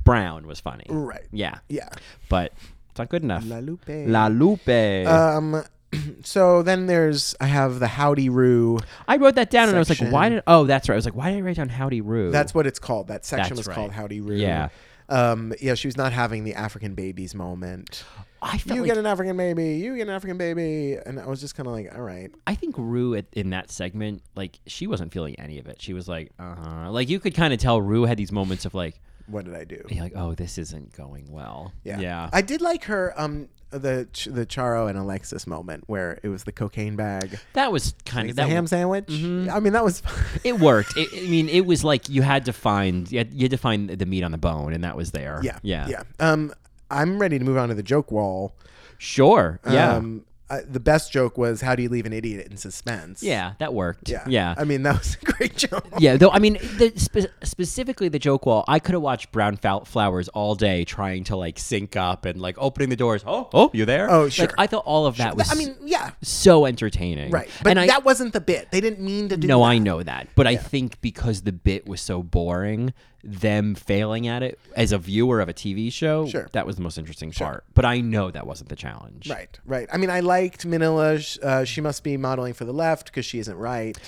E: Brown was funny.
F: Right.
E: Yeah.
F: Yeah.
E: But it's not good enough.
F: La Lupe.
E: La Lupe.
F: Um, so then there's I have the Howdy Roo.
E: I wrote that down and I was like,
F: section.
E: why did, oh, that's right. I was like, why did I write down Howdy Roo?
F: That's what it's called. That section
E: That's
F: was called
E: right.
F: Howdy Roo.
E: Yeah.
F: Um, yeah, she was not having the African babies moment.
E: I felt
F: You
E: like,
F: get an African baby. You get an African baby, and I was just kind of like, all right.
E: I think Rue at, in that segment, like, she wasn't feeling any of it. She was like, uh huh. Like, you could kind of tell Rue had these moments of like,
F: What did I do?
E: you're like, oh, this isn't going well. Yeah.
F: I did like her um the ch- the Charo and Alexis moment where it was the cocaine bag,
E: that was kind of
F: the
E: that mm-hmm.
F: ham sandwich. I mean, that was
E: It worked. It, I mean, it was like you had to find you had, you had to find the meat on the bone, and that was there.
F: yeah,
E: yeah,
F: yeah. Um, I'm ready to move on to the joke wall.
E: Sure. Yeah,
F: Um, I, the best joke was how do you leave an idiot in suspense?
E: yeah, that worked.
F: yeah,
E: yeah.
F: I mean, that was a great joke.
E: yeah, though I mean, the, spe- specifically the joke wall. I could have watched Brown Fou- Flowers all day, trying to like sync up and like opening the doors. Oh, oh, you there?
F: Oh, sure.
E: Like I thought all of that was.
F: I mean, yeah,
E: so entertaining.
F: right. But
E: and I,
F: that wasn't the bit. They didn't mean to do.
E: No,
F: that.
E: I know that, but I think because the bit was so boring, them failing at it as a viewer of a TV show,
F: Sure.
E: that was the most interesting part. But I know that wasn't the challenge.
F: Right, right. I mean, I liked Manila. sh- Uh, she must be modeling for the left because she isn't right.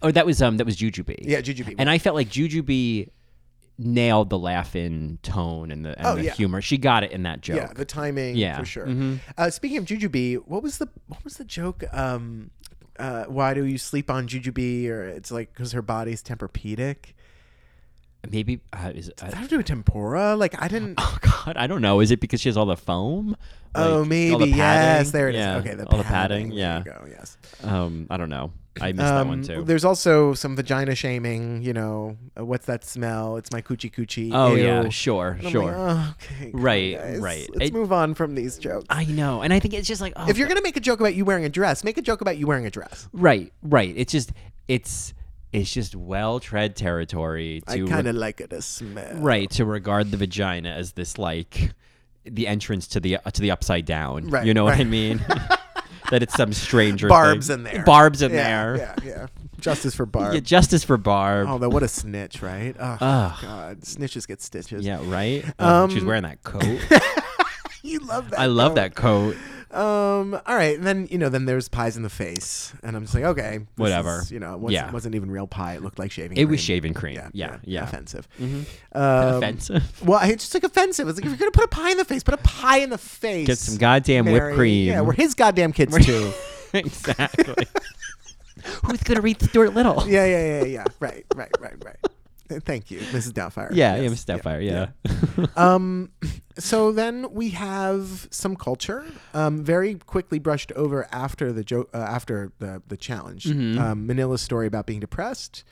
E: Oh, that was um, that was Jujubee.
F: Yeah, Jujubee.
E: And I felt like Jujubee nailed the laugh in tone and the, and
F: Oh,
E: the
F: yeah.
E: humor. She got it in that joke.
F: Yeah, the timing
E: Yeah. Mm-hmm.
F: for sure. Uh, speaking of Jujubee, what was the what was the joke? Um, uh, why do you sleep on Jujubee? Or it's like because her body's temperpedic.
E: Maybe uh, is it,
F: Does that
E: I,
F: have to do with tempura? Like I didn't.
E: oh god, I don't know. Is it because she has all the foam?
F: oh,
E: Like, all the
F: maybe yes.
E: padding?
F: There it is.
E: Yeah,
F: Okay, the
E: all
F: padding.
E: the padding.
F: There
E: Yeah.
F: you go, Yes.
E: Um, I don't know. I missed that one
F: Um,
E: too.
F: There's also some vagina shaming. You know, uh, what's that smell? It's my coochie coochie.
E: Oh
F: ew.
E: yeah, sure,
F: And I'm
E: sure.
F: like, oh, okay. come on,
E: Right,
F: guys.
E: right.
F: Let's
E: It-
F: move on from these jokes.
E: I know, and I think it's just like oh,
F: if you're gonna make a joke about you wearing a dress, make a joke about you wearing a dress.
E: right, right. It's just it's it's just well tread territory
F: I
E: to
F: kind of like it a smell.
E: right to regard the vagina as this like the entrance to the uh, to the upside down.
F: Right,
E: You know what I
F: right.
E: mean? that it's some stranger thing.
F: Barb's in there.
E: Barbs in
F: yeah, Oh,
E: there.
F: Yeah, yeah. Justice for Barb.
E: Yeah, justice for Barb.
F: Although what a snitch, right? Oh, God, snitches get stitches.
E: yeah, right. Um, she's wearing that coat.
F: you love that.
E: I love that coat.
F: Um, all right, and then you know, then there's pies in the face, and I'm just like, okay, this
E: Whatever.
F: is, you know, it wasn't,
E: Yeah.
F: wasn't even real pie. It looked like shaving.
E: It was
F: cream.
E: shaving cream. Yeah, yeah. Mm-hmm.
F: Offensive. Um,
E: Offensive.
F: Well, it's just like offensive. It's like if you're gonna put a pie in the face, put a pie in the face.
E: Get some goddamn whipped
F: Mary.
E: cream.
F: Yeah, we're his goddamn kids too.
E: exactly. Who's gonna read Stuart Little?
F: yeah, yeah, yeah, yeah. Right, right, right, right. Thank you, Mrs. Doubtfire.
E: Yeah, yeah,
F: Yes,
E: Miss Doubtfire. Yeah.
F: Um, so then we have some culture, um, very quickly brushed over after the joke, uh, after the the challenge.
E: Mm-hmm.
F: Um, Manila's story about being depressed,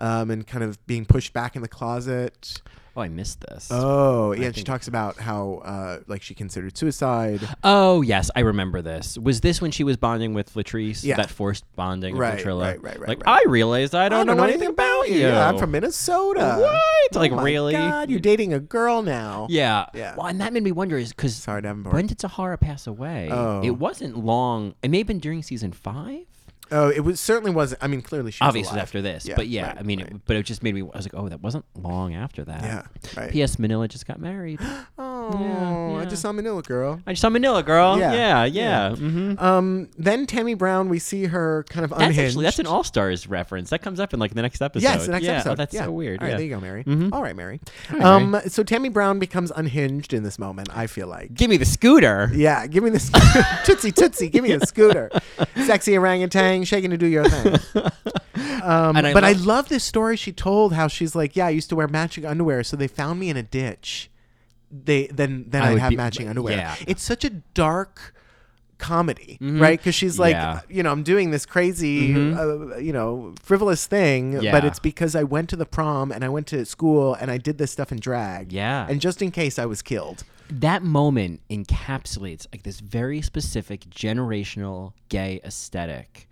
F: um, and kind of being pushed back in the closet.
E: Oh, I missed this.
F: Oh, yeah. and She talks about how uh, like she considered suicide.
E: oh yes, I remember this. Was this when she was bonding with Latrice?
F: Yeah.
E: That forced bonding
F: Right,
E: with Latrilla.
F: right, right, right,
E: Like
F: right.
E: I realized I don't, know, anything about you.
F: Yeah, I'm from Minnesota.
E: What?
F: Oh
E: Like,
F: my
E: really?
F: God, you're dating a girl now.
E: Yeah.
F: Yeah.
E: Well, and that made me wonder is because
F: Sorry, Davenport.
E: when did Sahara pass away?
F: Oh.
E: It wasn't long. It may have been during season five.
F: Oh, it was certainly wasn't. I mean, clearly she was
E: Obviously
F: alive.
E: after this,
F: Yeah,
E: but yeah,
F: right,
E: I mean, it, but it just made me. I was like, oh, that wasn't long after that.
F: Yeah, right.
E: P.S. Manila just got married. I
F: Oh, I
E: yeah.
F: just saw Manila girl.
E: just saw Manila, girl.
F: Yeah,
E: Yeah, yeah.
F: yeah.
E: hmm
F: Um, then Tammy Brown, we see her kind of
E: That's
F: unhinged.
E: actually that's an All Stars reference that comes up in like the next episode.
F: Yes, the next
E: yeah.
F: episode.
E: Oh, that's
F: Yeah.
E: so weird.
F: All right,
E: yeah. Mm-hmm.
F: there you go, Mary. All right, Mary. um, so Tammy Brown becomes unhinged in this moment. I feel like.
E: Give me the scooter.
F: Yeah, give me this tootsie tootsie. Give me a scooter, sexy orangutan, shaking to do your thing. Um,
E: And I
F: but I
E: love-
F: love this story she told. How she's like, yeah, I used to wear matching underwear, so they found me in a ditch. They then then
E: I
F: I would
E: would
F: have
E: be-
F: matching underwear.
E: yeah. Mm-hmm.
F: It's such a dark comedy, right? Because she's like,
E: Yeah. Mm-hmm.
F: you know, I'm doing this crazy, uh, you know, frivolous thing, but
E: Yeah.
F: it's because I went to the prom and I went to school and I did this stuff in drag.
E: Yeah.
F: and just in case I was killed.
E: That moment encapsulates like this very specific generational gay aesthetic.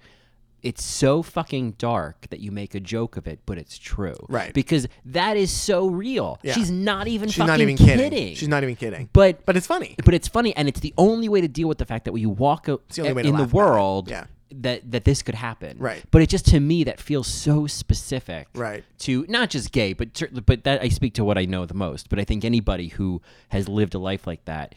E: It's so fucking dark that you make a joke of it, but it's true.
F: Right.
E: Because that is so real.
F: Yeah.
E: She's not even
F: She's
E: fucking
F: not even kidding.
E: kidding.
F: She's not even kidding.
E: But
F: but it's funny.
E: but it's funny and it's the only way to deal with the fact that when you walk out
F: the only way to
E: in the
F: laugh about it.
E: world
F: Yeah.
E: that that this could happen
F: Right.
E: but it just to me that feels so specific
F: Right.
E: to not just gay but cer- but that i speak to what i know the most but i think anybody who has lived a life like that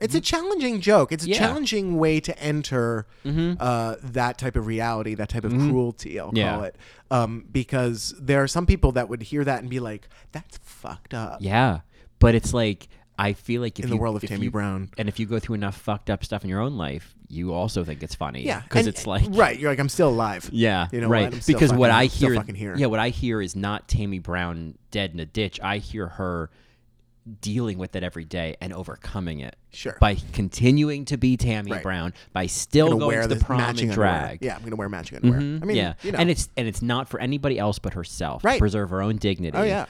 F: It's a challenging joke. It's a
E: Yeah. Mm-hmm.
F: challenging way to enter uh, that type of reality, that type of cruelty. I'll call
E: Yeah.
F: it um, because there are some people that would hear that and be like, "That's fucked up."
E: yeah but it's like i feel like if
F: In the
E: you,
F: world of
E: if
F: Tammy
E: you-
F: Brown.
E: and if you go through enough fucked up stuff in your own life you also think it's funny
F: yeah,
E: because
F: and-
E: it's like
F: right. You're like, "I'm still alive."
E: Yeah,
F: you know,
E: right.
F: What? I'm still
E: Because
F: fucking,
E: what I
F: still
E: hear,
F: fucking here.
E: yeah, what I hear is not Tammy Brown dead in a ditch. I hear her dealing with it every day and overcoming it.
F: Sure.
E: By continuing to be Tammy
F: Right.
E: Brown, by still
F: I'm
E: going to the
F: this
E: prom
F: matching
E: and
F: underwear.
E: drag. Mm-hmm.
F: Yeah, I'm gonna wear matching underwear. I mean,
E: yeah,
F: you know,
E: and it's and it's not for anybody else but herself. to
F: Right.
E: preserve her own dignity.
F: Oh, yeah.
E: I-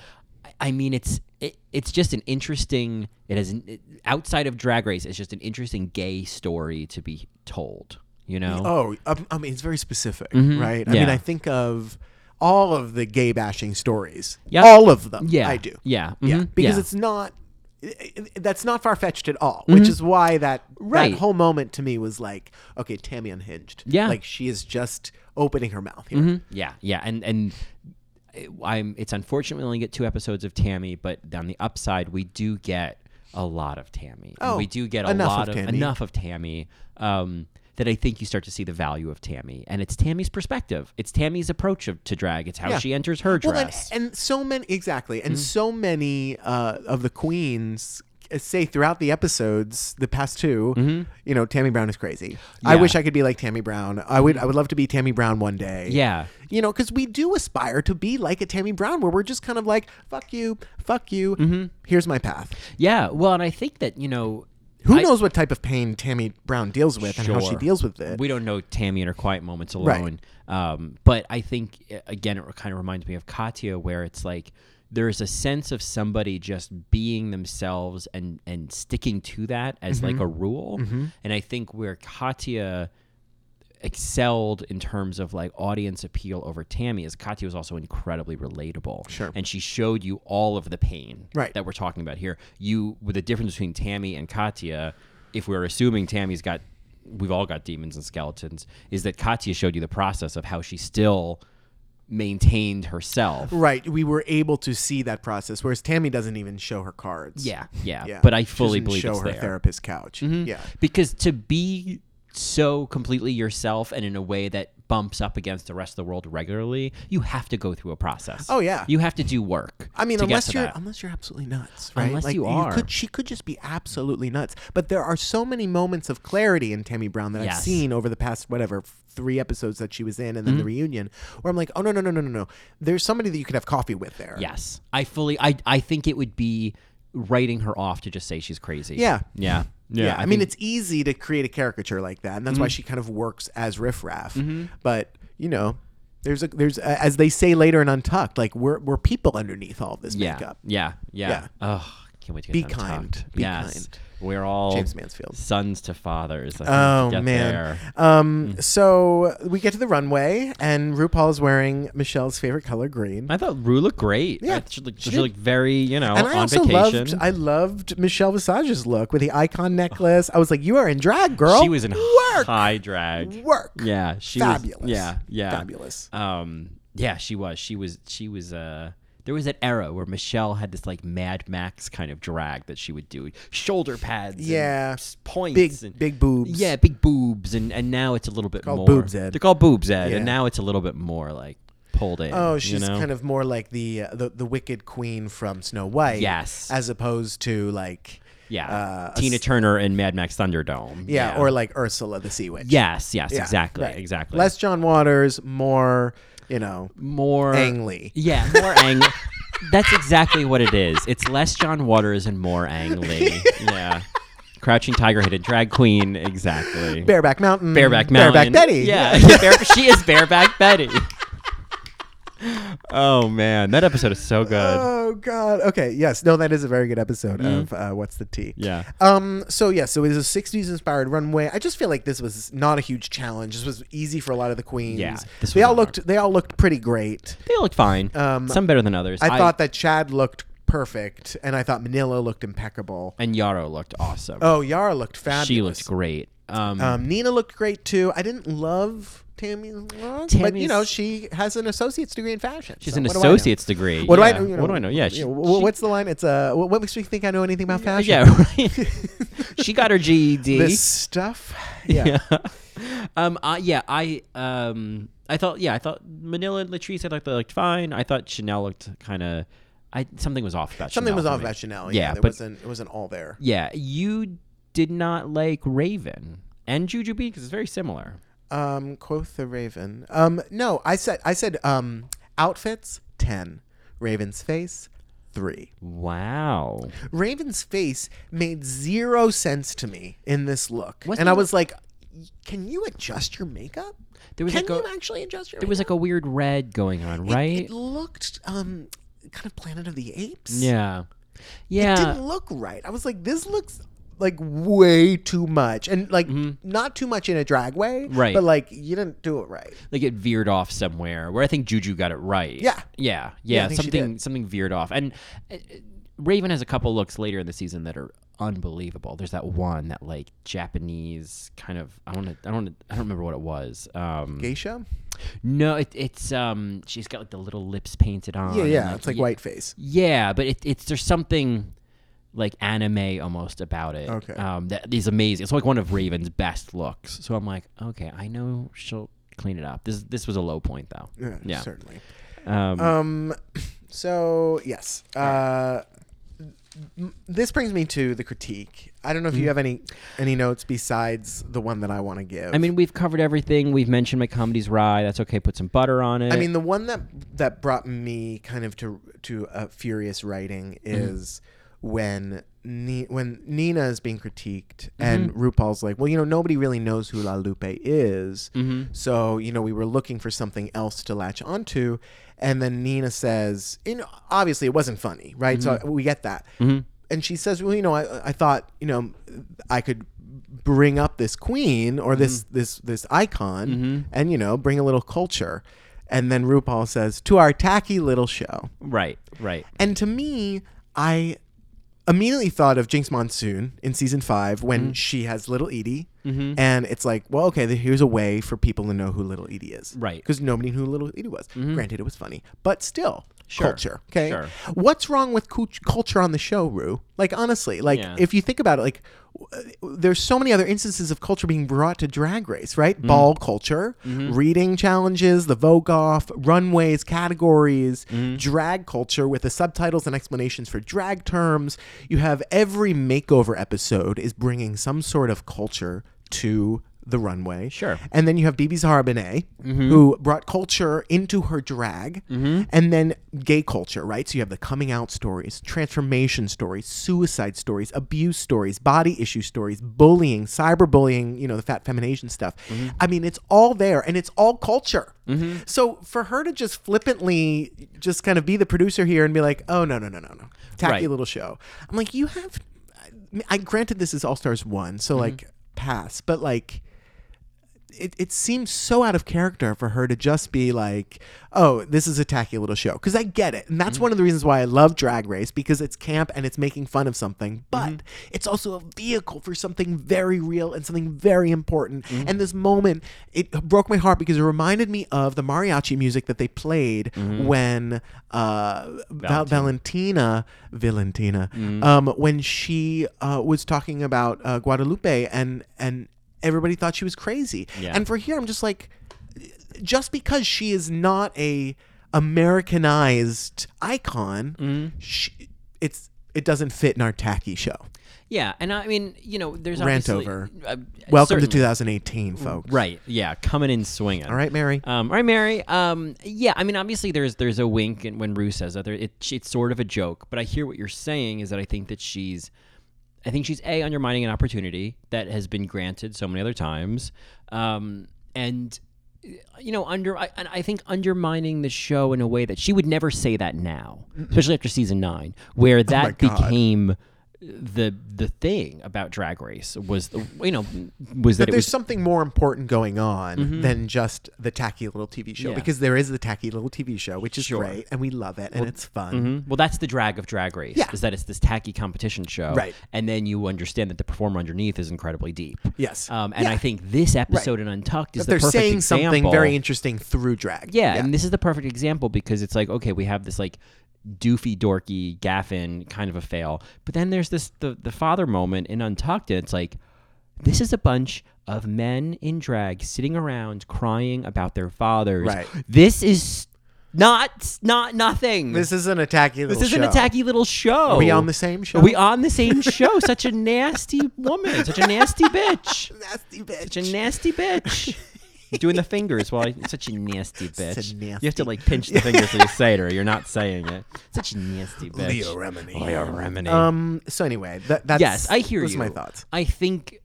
E: I mean, it's it, it's just an interesting. It is an- it- outside of Drag Race. It's just an interesting gay story to be told. You know. Mm-hmm.
F: Oh, um, I mean, it's very specific, right? I mean,
E: Yeah.
F: I think of all of the gay bashing stories.
E: Yep.
F: All of them.
E: yeah,
F: I do.
E: Yeah,
F: Yeah.
E: mhm,
F: Because
E: yeah.
F: it's not. i- i- That's not far fetched at all, which is why that
E: Mm-hmm. Right.
F: that whole moment to me was like, okay, Tammy unhinged.
E: Yeah. Mm-hmm.
F: like she is just opening her mouth here.
E: Yeah, yeah, and and it- I'm. It's unfortunate we only get two episodes of Tammy, but on the upside, we do get a lot of Tammy. And
F: Oh,
E: we do get a
F: enough
E: lot
F: of
E: of,
F: Tammy.
E: enough of Tammy. Um, that I think you start to see the value of Tammy, and it's Tammy's perspective, it's Tammy's approach of, to drag, it's how
F: Yeah.
E: she enters her
F: Well, and-
E: dress. Mm-hmm.
F: and, so many exactly, and so many uh, of the queens uh, say throughout the episodes, the past 2 you know, Tammy Brown is crazy. I
E: Mm-hmm. Yeah.
F: wish I could be like Tammy Brown. I would. I would love to be Tammy Brown one day.
E: Yeah.
F: you know, because we do aspire to be like a Tammy Brown, where we're just kind of like, fuck you, fuck you.
E: Mm-hmm.
F: Here's my path.
E: yeah, well, and I think that you know.
F: Who
E: I-
F: knows what type of pain Tammy Brown deals with and how she
E: Sure.
F: deals with it?
E: We don't know Tammy and her quiet moments
F: Right.
E: alone. Um, but I think, uh, again, it kind of reminds me of Katya, where it's like there's a sense of somebody just being themselves and, and sticking to that as
F: Mm-hmm.
E: like a rule. And I think where Katya excelled in terms of like audience appeal over Tammy is Katya was also incredibly relatable. Sure. And she showed you all of the pain
F: Right.
E: that we're talking about here. You with the difference between Tammy and Katya, if we're assuming Tammy's got we've all got demons and skeletons, is that Katya showed you the process of how she still maintained herself.
F: Right, we were able to see that process, whereas Tammy doesn't even show her cards.
E: Yeah, yeah. But I fully
F: she doesn't
E: believe
F: show
E: it's
F: her
E: there. Mm-hmm.
F: therapist couch. Yeah,
E: because to be so completely yourself and in a way that bumps up against the rest of the world regularly, you have to go through a process.
F: Oh, yeah.
E: you have to do work.
F: I mean,
E: to get
F: unless
E: to
F: you're
E: that.
F: unless you're absolutely nuts, right?
E: Unless you are.
F: could, she could just be absolutely nuts. But there are so many moments of clarity in Tammy Brown that I've
E: Yes.
F: seen over the past whatever three episodes that she was in, and then
E: Mm-hmm.
F: the reunion, where I'm like, oh no no no no no no, there's somebody that you could have coffee with there.
E: yes, I fully. I I think it would be writing her off to just say she's crazy.
F: Yeah.
E: yeah, yeah.
F: Yeah, I, mean,
E: think- Mm-hmm.
F: it's easy to create a caricature like that, and that's why she kind of works as riffraff. But you know, there's a there's a, as they say later in Untucked, like we're we're people underneath all this
E: yeah,
F: makeup.
E: yeah, yeah.
F: Yeah.
E: Oh, can't wait to get
F: Be
E: them
F: kind.
E: tucked.
F: Be
E: yes.
F: kind.
E: We're all
F: James Mansfield.
E: sons to fathers. I
F: Oh
E: think, get
F: man.
E: there. Hmm.
F: Um. So we get to the runway, and RuPaul is wearing Michelle's favorite color, green.
E: I thought Rue looked great.
F: Yeah,
E: I- she looked,
F: she
E: she
F: did.
E: looked very, you know,
F: and
E: on
F: I also
E: vacation.
F: loved I loved Michelle Visage's look with the icon necklace. I was like, "You are in drag, girl."
E: she was in
F: work,
E: high drag.
F: work.
E: Yeah, she
F: fabulous.
E: Was, yeah, yeah,
F: fabulous.
E: Um, yeah, she was. She was. She was. Uh, there was that era where Michelle had this like Mad Max kind of drag that she would do, shoulder pads. and
F: Yeah.
E: s- points.
F: Big-
E: and,
F: big boobs.
E: Yeah, big boobs, and and now it's a little bit
F: called
E: more
F: boobs ed.
E: They're called boobs ed,
F: Yeah.
E: and now it's a little bit more like pulled in.
F: Oh, she's
E: Um, you know?
F: kind of more like the, uh, the the wicked queen from Snow White.
E: Yes.
F: as opposed to like
E: yeah,
F: uh, a
E: Tina
F: s-
E: Turner in Mad Max Thunderdome.
F: yeah, or like Ursula the Sea Witch.
E: yes, yes,
F: Yeah,
E: exactly,
F: right.
E: exactly.
F: Less John Waters, more you know
E: more
F: Ang Lee.
E: Yeah, more Ang. That's exactly what it is. It's less John Waters and more Ang Lee. Yeah, Crouching Tiger, Hidden Drag Queen. Exactly.
F: Bareback Mountain,
E: Bareback Mountain.
F: Bareback Betty.
E: Yeah, bare- she is Bareback Betty. Oh man, that episode is so good.
F: Oh God. Okay. Yes. No, that is a very good episode
E: Mm-hmm.
F: of uh, What's the Tea.
E: Yeah.
F: Um. So yeah. So it was a '60s inspired runway. I just feel like this was not a huge challenge. This was easy for a lot of the queens.
E: Yeah, this
F: They
E: was
F: all
E: not hard.
F: looked. They all looked pretty great.
E: They looked fine. Some better than others.
F: Um, I, thought that Chad looked perfect, and I thought Manila looked impeccable.
E: and Yarrow looked awesome.
F: Oh, Yara looked fabulous.
E: she looked great. Um,
F: Um, Nina looked great too. I didn't love Tammy's look, but you
E: Tammy's-
F: know she has an associate's degree in fashion.
E: she's
F: so
E: an
F: what do I know?
E: associate's degree.
F: What
E: Yeah.
F: do I? You know,
E: what do I know? Yeah,
F: you
E: she-
F: know, wh- what's the line? It's uh, wh- what makes me think I know anything about fashion?
E: yeah, right. she got her E GED.
F: this stuff. Yeah.
E: um, I, yeah, I, um, I thought, yeah, I thought Manila and Latrice, I thought they looked fine. I thought Chanel looked kind of, I something was off about
F: something
E: Chanel
F: was
E: for
F: off
E: me.
F: about Chanel.
E: Yeah,
F: Yeah, there
E: but
F: wasn't. It wasn't all there.
E: yeah, you did not like Raven and Juju B because it's very similar.
F: Um, quoth the Raven. Um, no, I said. I said. Um, outfits ten. Raven's face three.
E: Wow,
F: Raven's face made zero sense to me in this look,
E: Wasn't
F: and I
E: it-
F: was like, "Can you adjust your makeup?
E: There was
F: Can
E: like a-
F: you actually adjust your?"
E: there was
F: makeup?
E: like a weird red going on, right?
F: It looked um, kind of Planet of the Apes.
E: yeah,
F: It
E: yeah.
F: didn't look right. I was like, "This looks." Like way too much, and like not too much in a drag way,
E: Mm-hmm. Right.
F: But like you didn't do it right.
E: like it veered off somewhere where I think Juju got it right.
F: Yeah.
E: Yeah.
F: I
E: Yeah.
F: think she
E: something
F: did.
E: something veered off. And uh, uh, Raven has a couple looks later in the season that are unbelievable. There's that one that like Japanese kind of I don't wanna- I don't wanna- I don't remember what it was. Um
F: Geisha.
E: no, it, it's um she's got like the little lips painted on.
F: Yeah,
E: and,
F: yeah, it's
E: Oh,
F: like
E: yeah,
F: white face.
E: Yeah, but it, it's there's something like anime almost about it.
F: Okay.
E: Um, that is amazing. It's like one of Raven's best looks. So I'm like, okay, I know she'll clean it up. This this was a low point though.
F: Yeah,
E: Yeah.
F: certainly.
E: Um,
F: Um, so yes, uh, m- this brings me to the critique. I don't know if
E: Mm.
F: you have any any notes besides the one that I want to give.
E: I mean, we've covered everything. We've mentioned my comedy's rye. That's okay. Put some butter on it.
F: I mean, the one that that brought me kind of to to a furious writing is when Ni- when Nina is being critiqued and RuPaul's like, well, you know, nobody really knows who La Lupe is, so you know, we were looking for something else to latch onto, and then Nina says, you know, obviously it wasn't funny, right? So we get that. And she says, "Well, you know, I, I thought, you know, I could bring up this queen or this this this icon, and you know, bring a little culture." And then RuPaul says, "To our tacky little show."
E: right, right.
F: And to me, I immediately thought of Jinx Monsoon in season five when she has Little Edie, and it's like, well, okay, th- here's a way for people to know who Little Edie is,
E: Right. Mm-hmm.
F: Because nobody knew who Little Edie was. Granted, it was funny, but still.
E: Sure.
F: Culture, okay.
E: Sure.
F: What's wrong with cu- culture on the show, Rue? Like honestly, like
E: Yeah.
F: if you think about it, like w- uh, there's so many other instances of culture being brought to Drag Race, right?
E: Mm-hmm.
F: Ball culture, reading challenges, the Vogue off, runways, categories,
E: Mm-hmm.
F: drag culture with the subtitles and explanations for drag terms. You have every makeover episode is bringing some sort of culture to the runway.
E: Sure.
F: And then you have Bibi Zaharabenet, who brought culture into her drag, and then gay culture, right? So you have the coming out stories, transformation stories, suicide stories, abuse stories, body issue stories, bullying, cyberbullying, you know, the fat femination stuff. I mean, it's all there and it's all culture. So for her to just flippantly just kind of be the producer here and be like, oh, no, no, no, no, no, tacky
E: Right.
F: little show. I'm like, you have. I- I granted this is All Stars one, so like pass, but like it, it seems so out of character for her to just be like, oh, this is a tacky little show. Because I get it. And that's one of the reasons why I love Drag Race because it's camp and it's making fun of something, but it's also a vehicle for something very real and something very important. And this moment, it broke my heart because it reminded me of the mariachi music that they played when uh, Val- Valentina, Valentina, um, when she uh, was talking about uh, Guadalupe and, and, everybody thought she was crazy.
E: Yeah.
F: And for here, I'm just like, just because she is not a Americanized icon,
E: Mm-hmm.
F: she, it's it doesn't fit in our tacky show.
E: Yeah, and I mean, you know, there's
F: Rant
E: obviously-
F: over.
E: uh,
F: Welcome
E: certainly. Mm,
F: to 2018, folks.
E: Right. Yeah, coming in swinging.
F: All right, Mary.
E: Um, all right, Mary. Um, yeah, I mean, obviously, there's there's a wink and when Rue says that. There, it, it's sort of a joke, but I hear what you're saying is that I think that she's, I think she's a undermining an opportunity that has been granted so many other times, um, and you know, under I, and I think undermining the show in a way that she would never say that now, especially after season nine,
F: Oh
E: where that became the the thing about Drag Race was the you know was that,
F: But
E: it was
F: there's
E: Mm-hmm.
F: something more important going on than just the tacky little TV show
E: Yeah.
F: because there is the tacky little TV show, which is great and we love it and it's fun.
E: Mhm. Well, that's the drag of Drag Race.
F: Yeah.
E: Is that it's this tacky competition show.
F: Right.
E: And then you understand that the performer underneath is incredibly deep.
F: Yes.
E: Um, and
F: Yeah.
E: I think this episode in Untucked is
F: But
E: the
F: they're
E: perfect
F: saying
E: example.
F: something very interesting through drag.
E: Yeah, and this is the perfect example because it's like, okay, we have this like doofy, dorky, gaffin kind of a fail, but then there's this the the father moment in Untucked, and it's like, this is a bunch of men in drag sitting around crying about their fathers.
F: Right.
E: This is not not nothing.
F: This isn't a tacky little
E: This isn't a
F: show.
E: tacky little show.
F: Are we on the same show?
E: Are we on the same show? Such a nasty woman. Such a nasty bitch.
F: Nasty bitch.
E: Such a nasty bitch. You're doing the fingers while I, such a nasty bitch.
F: Such a
E: You have
F: nasty-
E: to like pinch the fingers when you say it, or you're not saying it. Such a nasty bitch.
F: Leo Remini.
E: Leo Remini.
F: Um. So anyway, that, that's
E: yes, I hear
F: those
E: you.
F: are my thoughts,
E: I think.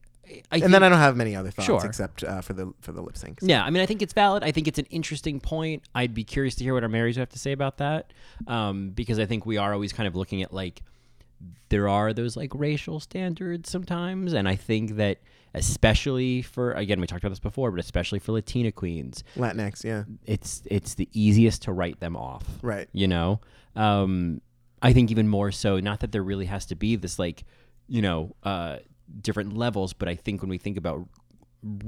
E: I
F: and then I don't have many other thoughts
E: Sure.
F: except uh, for the for the lip syncs.
E: Yeah, I mean, I think it's valid. I think it's an interesting point. I'd be curious to hear what our Marys have to say about that, um, because I think we are always kind of looking at like there are those like racial standards sometimes, and I think that especially for again we talked about this before, but especially for Latina queens,
F: Latinx. Yeah.
E: it's it's the easiest to write them off.
F: Right.
E: You know, um, I think even more so. Not that there really has to be this like, you know, uh, different levels, but I think when we think about,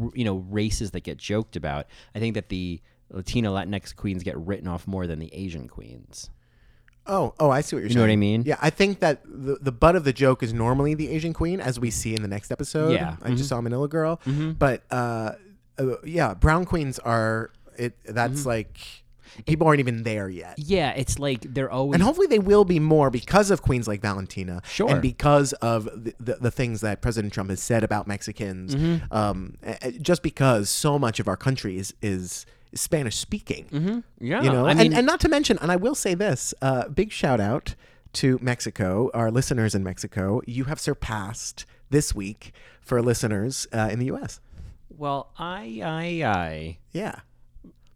E: r- you know, races that get joked about, I think that the Latina Latinx queens get written off more than the Asian queens.
F: Oh, oh, I see what you're saying.
E: know what I mean?
F: Yeah, I think that the, the butt of the joke is normally the Asian queen, as we see in the next episode.
E: Yeah. Mm-hmm.
F: I just saw Manila Girl. But uh, uh, yeah, brown queens are, it. that's
E: Mm-hmm.
F: like, people aren't even there yet.
E: Yeah, it's like they're always
F: And hopefully they will be more because of queens like Valentina.
E: Sure.
F: And because of the, the, the things that President Trump has said about Mexicans.
E: Mm-hmm.
F: Um, a- a- just because so much of our country is, is Spanish speaking.
E: Mm-hmm. yeah.
F: You know,
E: I
F: and,
E: mean,
F: and not to mention, and I will say this uh, big shout out to Mexico, our listeners in Mexico. You have surpassed this week for listeners uh, in the U.S.
E: well, I, I, I.
F: Yeah.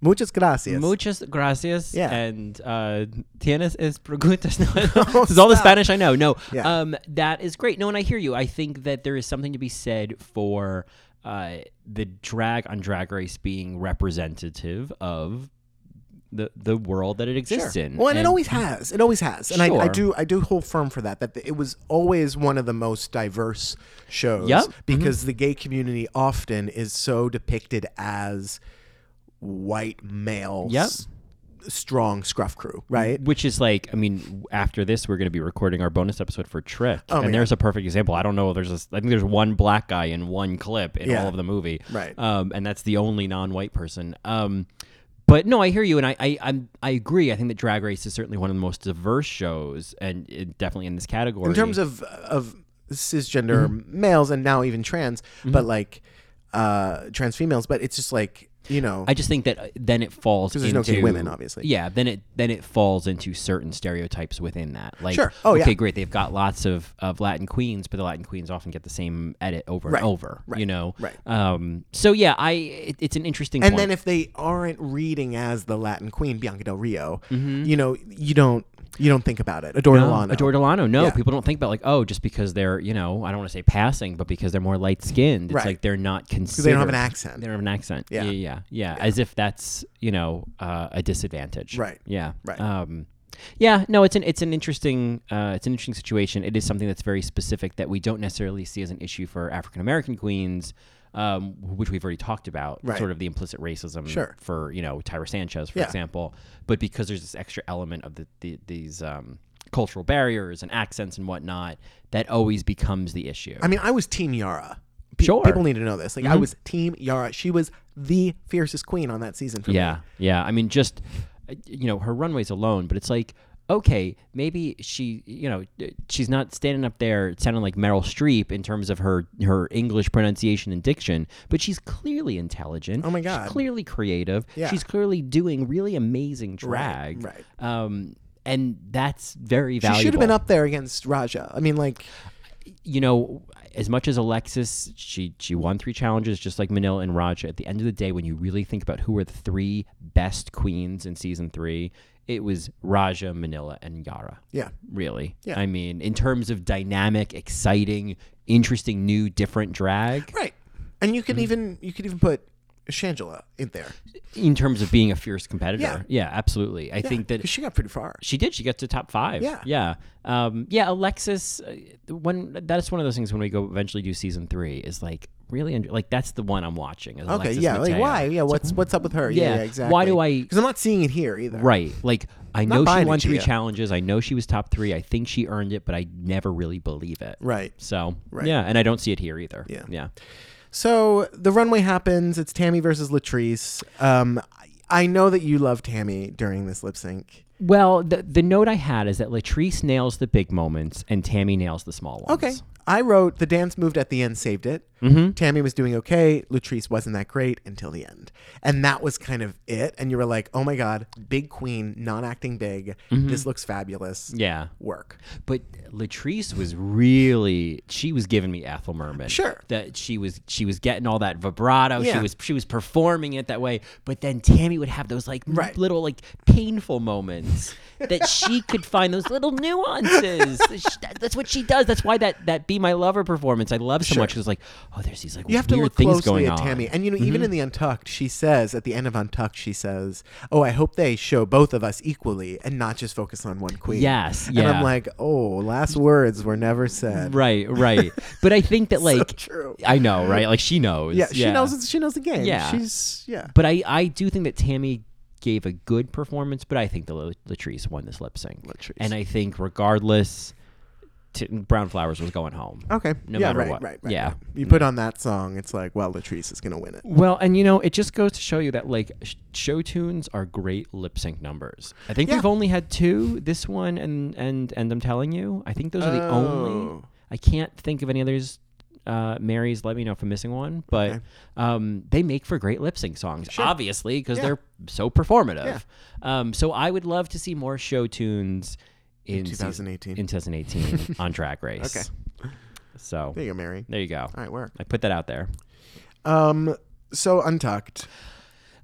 F: Muchas gracias.
E: Muchas gracias.
F: Yeah.
E: And uh, tienes es preguntas. No, this is all the Spanish I know. No.
F: Oh, Yeah.
E: Um, that is great. No, and I hear you. I think that there is something to be said for uh, the drag on Drag Race being representative of the the world that it exists in.
F: Well, and, it always has. It always has. And I, I
E: Sure.
F: do I do hold firm for that. That it was always one of the most diverse shows.
E: Yep. Mm-hmm.
F: Because the gay community often is so depicted as white male,
E: Yep.
F: s- strong scruff crew, right?
E: Which is like, I mean, after this, we're going to be recording our bonus episode for Trick,
F: Oh,
E: and there's a perfect example. I don't know. There's, a, I think there's one black guy in one clip in
F: Yeah.
E: all of the movie,
F: Right.
E: Um, and that's the only non-white person. Um, but no, I hear you, and I, I, I'm, I agree. I think that Drag Race is certainly one of the most diverse shows, and it, definitely in this category.
F: in terms of of cisgender
E: Mm-hmm.
F: males and now even trans, but like uh trans females. But it's just like you know,
E: I just think that uh, then it falls into
F: there's no gay women, obviously.
E: Yeah, then it then it falls into certain stereotypes within that. Like,
F: Sure. Oh,
E: okay,
F: yeah.
E: great. They've got lots of, of Latin queens, but the Latin queens often get the same edit over
F: Right.
E: and over.
F: Right.
E: You know.
F: Right.
E: Um. So yeah, I it, it's an interesting.
F: and
E: point.
F: then if they aren't reading as the Latin queen Bianca Del Rio, you know, you don't you don't think about it. Adore
E: Mm-hmm. no,
F: Delano.
E: Adore Delano. No,
F: Yeah.
E: people don't think about like oh, just because they're you know I don't want to say passing, but because they're more light skinned, it's
F: Right.
E: like they're not considered.
F: they don't have an accent.
E: They don't have an accent.
F: Yeah.
E: Yeah, yeah, yeah. yeah. As if that's you know uh, a disadvantage.
F: Right.
E: Yeah.
F: Right.
E: Um, yeah. No, it's an it's an interesting uh, it's an interesting situation. It is something that's very specific that we don't necessarily see as an issue for African American queens. Um, which we've already talked about,
F: Right.
E: sort of the implicit racism
F: Sure.
E: for you know Tyra Sanchez, for
F: Yeah.
E: example. But because there's this extra element of the, the these um, cultural barriers and accents and whatnot, that always becomes the issue.
F: I mean, I was Team Yara. Pe-
E: Sure. Mm-hmm.
F: People need to know this. Like I was Team Yara. She was the fiercest queen on that season for me.
E: Yeah, yeah. I mean, just uh, you know, her runways alone. But it's like, okay, maybe she, you know, uh, she's not standing up there sounding like Meryl Streep in terms of her her English pronunciation and diction. But she's clearly intelligent.
F: Oh my
E: She's
F: God.
E: clearly creative.
F: Yeah.
E: She's clearly doing really amazing drag.
F: right.
E: Um, and that's very
F: She
E: valuable.
F: should have been up there against Raja. I mean, like,
E: you know, as much as Alexis, she she won three challenges, just like Manila and Raja. At the end of the day, when you really think about who were the three best queens in season three, it was Raja, Manila, and Yara.
F: yeah,
E: Really,
F: Yeah.
E: I mean, in terms of dynamic, exciting, interesting, new, different drag,
F: right. And you could
E: Mm-hmm.
F: even you could even put Shangela in there.
E: in terms of being a fierce competitor,
F: Yeah.
E: yeah, absolutely. I think that
F: because she got pretty far.
E: She did. She got to top five.
F: Yeah.
E: Yeah. Um, yeah. Alexis, uh, when that's one of those things when we go eventually do season three is like really under, like that's the one I'm watching. is
F: Okay,
E: Alexis
F: yeah, like
E: Mateo.
F: why? Yeah, what's what's up with her? Yeah,
E: Yeah,
F: yeah,
E: why
F: exactly.
E: do I-
F: Because I'm not seeing it here either.
E: Right. Like I
F: Not
E: know she
F: buying
E: won
F: it,
E: three
F: Gia.
E: challenges. I know she was top three. I think she earned it, but I never really believe it.
F: Right.
E: So yeah, and I don't see it here either.
F: Yeah.
E: Yeah.
F: So the runway happens. It's Tammy versus Latrice. Um, I, I know that you love Tammy during this lip sync.
E: Well, the the note I had is that Latrice nails the big moments and Tammy nails the small ones.
F: Okay. I wrote the dance moved at the end saved it. Mm-hmm. Tammy was doing okay. Latrice wasn't that great until the end. And that was kind of it. And you were like, oh my God, big queen, not acting big. This looks fabulous.
E: Yeah.
F: Work.
E: But Latrice was really she was giving me Ethel Merman.
F: Sure.
E: That she was she was getting all that vibrato. She
F: Yeah.
E: was she was performing it that way. But then Tammy would have those like
F: Right.
E: little like painful moments that she could find those little nuances. Sh- that- That's what she does. That's why that that Be My Lover performance I love so much because like oh there's these like
F: you have to
E: weird
F: look
E: things
F: closely
E: going
F: at
E: on. Mm-hmm.
F: Tammy. And you know, even in the Untucked, she says at the end of Untucked, she says, "Oh, I hope they show both of us equally and not just focus on one queen."
E: Yes,
F: And I'm
E: yeah.
F: like, "Oh, last words were never said."
E: Right, right. But I think that like
F: true.
E: I know, right? Like she knows.
F: Yeah, she knows. She knows the game.
E: Yeah.
F: she's yeah.
E: But I, I do think that Tammy gave a good performance, but I think the La- Latrice won this lip sync.
F: Latrice.
E: And I think regardless, t- Brown Flowers was going home.
F: Okay.
E: No
F: yeah,
E: matter
F: right,
E: what.
F: Right, right,
E: Yeah. Mm-hmm.
F: right. You put on that song, it's like, well, Latrice is going to win it.
E: Well, and you know, it just goes to show you that like sh- show tunes are great lip sync numbers. I think
F: Yeah.
E: we've only had two, this one and and and I'm telling you, I think those are the only.
F: Oh.
E: I can't think of any others. Uh, Mary's, let me know if I'm missing one, but um, they make for great lip sync songs, obviously, because they're so performative. Um, so I would love to see more show tunes in, seas-
F: 2018.
E: in 2018 on Track Race. So
F: There you go, Mary.
E: there you go.
F: All right, work.
E: I put that out there.
F: Um, so Untucked.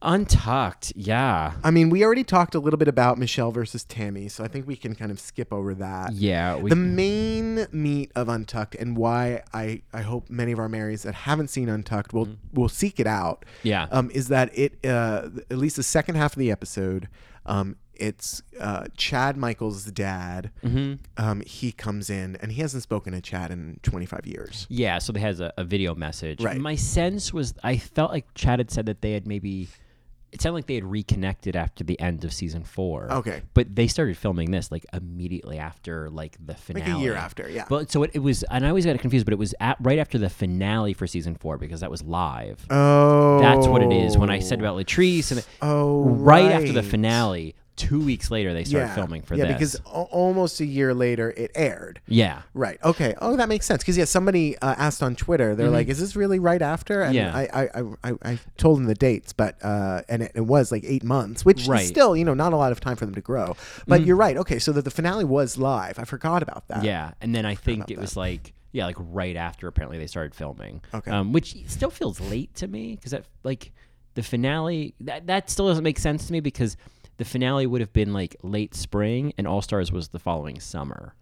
E: Untucked, yeah.
F: I mean, we already talked a little bit about Michelle versus Tammy, so I think we can kind of skip over that.
E: Yeah, we,
F: the main meat of Untucked and why I, I hope many of our Marys that haven't seen Untucked will will seek it out.
E: Mm-hmm. Yeah.
F: Um, is that it? Uh, at least the second half of the episode, um, it's uh, Chad Michaels' dad.
E: Mm-hmm.
F: Um, he comes in and he hasn't spoken to Chad in 25 years.
E: yeah. So they has a, a video message.
F: Right.
E: My sense was I felt like Chad had said that they had maybe. It sounded like they had reconnected after the end of season four.
F: Okay.
E: But they started filming this like immediately after like the
F: a
E: finale.
F: year after, yeah.
E: But so it, it was, and I always got it confused, but it was at, right after the finale for season four because that was live.
F: Oh,
E: That's what it is. When I said about Latrice and
F: Oh,
E: right, after the
F: right.
E: finale, two weeks later they started filming for
F: yeah,
E: this.
F: because al- almost a year later it aired.
E: yeah.
F: Right. Okay. Oh, that makes sense. Because yeah, somebody uh, asked on Twitter. They're like, "Is this really right after?" And
E: Mm-hmm. Yeah.
F: I, I, I, I, I told them the dates, but uh, and it, it was like eight months, which
E: Right. Mm-hmm.
F: is still, you know, not a lot of time for them to grow. But you're right. Okay, so that the finale was live. I forgot about that.
E: Yeah, and then I think it was like yeah, like right after apparently they started filming.
F: Okay.
E: um, which still feels late to me because that like the finale that that still doesn't make sense to me because the finale would have been like late spring and All Stars was the following summer.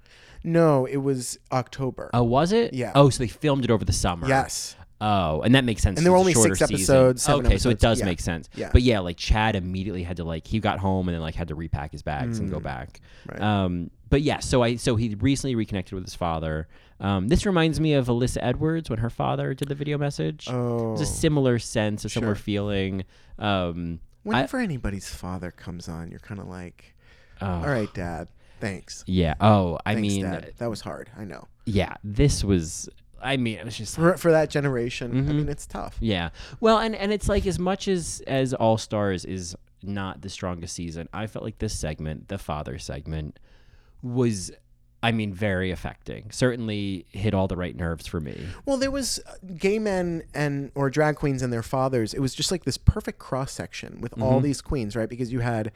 F: No, it was October.
E: Oh, was it?
F: Yeah.
E: Oh, so they filmed it over the summer.
F: Yes.
E: Oh, and that makes sense.
F: And there were
E: It's a
F: only
E: shorter
F: six
E: season.
F: episodes, seven
E: okay, so it
F: episodes.
E: does
F: Yeah.
E: make sense.
F: Yeah.
E: But yeah, like Chad immediately had to like he got home and then like had to repack his bags
F: Mm.
E: and go back. Right. Um, but yeah, so I so he recently reconnected with his father. Um, this reminds me of Alyssa Edwards when her father did the video message. Oh, it's a similar sense, a similar feeling. Um, I,
F: Whenever anybody's father comes on, you're kind of like, "All right, Dad. Thanks.
E: yeah. Oh, I
F: Thanks,
E: mean,
F: Dad. That was hard. I know.
E: yeah. This was. I mean, it was just
F: For for that generation, I
E: Mm-hmm.
F: mean, it's tough.
E: Yeah. Well, and and it's like as much as as All Stars is not the strongest season, I felt like this segment, the father segment, was I mean very affecting. Certainly hit all the right nerves for me.
F: Well, there was uh, gay men and or drag queens and their fathers. It was just like this perfect cross section with all
E: Mm-hmm.
F: these queens, right? Because you had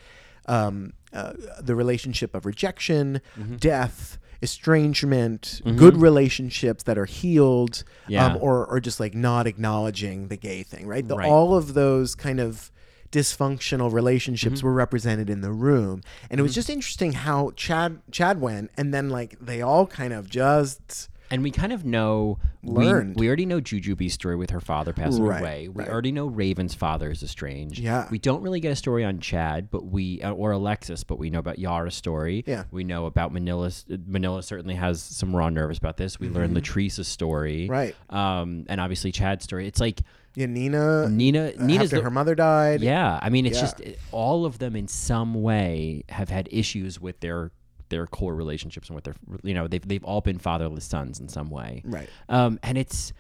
F: um, uh, the relationship of rejection,
E: Mm-hmm.
F: death, estrangement, good relationships that are healed,
E: Yeah.
F: um, or or just like not acknowledging the gay thing, right? The,
E: Right.
F: All of those kind of dysfunctional relationships
E: Mm-hmm.
F: were represented in the room and it was just interesting how chad chad went and then like they all kind of just
E: And we kind of know we,
F: Learned.
E: we already know Jujubee's story with her father passing
F: Right,
E: away. We
F: right.
E: already know Raven's father is estranged.
F: Yeah.
E: We don't really get a story on Chad, but we uh, or Alexis, but we know about Yara's story.
F: Yeah.
E: We know about Manila's. Manila certainly has some raw nerves about this. We learn Latrice's story.
F: Mm-hmm. Right.
E: Um, and obviously Chad's story. It's like
F: yeah nina uh,
E: Nina. Nina's
F: after
E: the,
F: her mother died.
E: Yeah, I mean, it's
F: Yeah.
E: just eh, all of them in some way have had issues with their their core relationships and with their you know they've they've all been fatherless sons in some way,
F: Right.
E: Um, and it's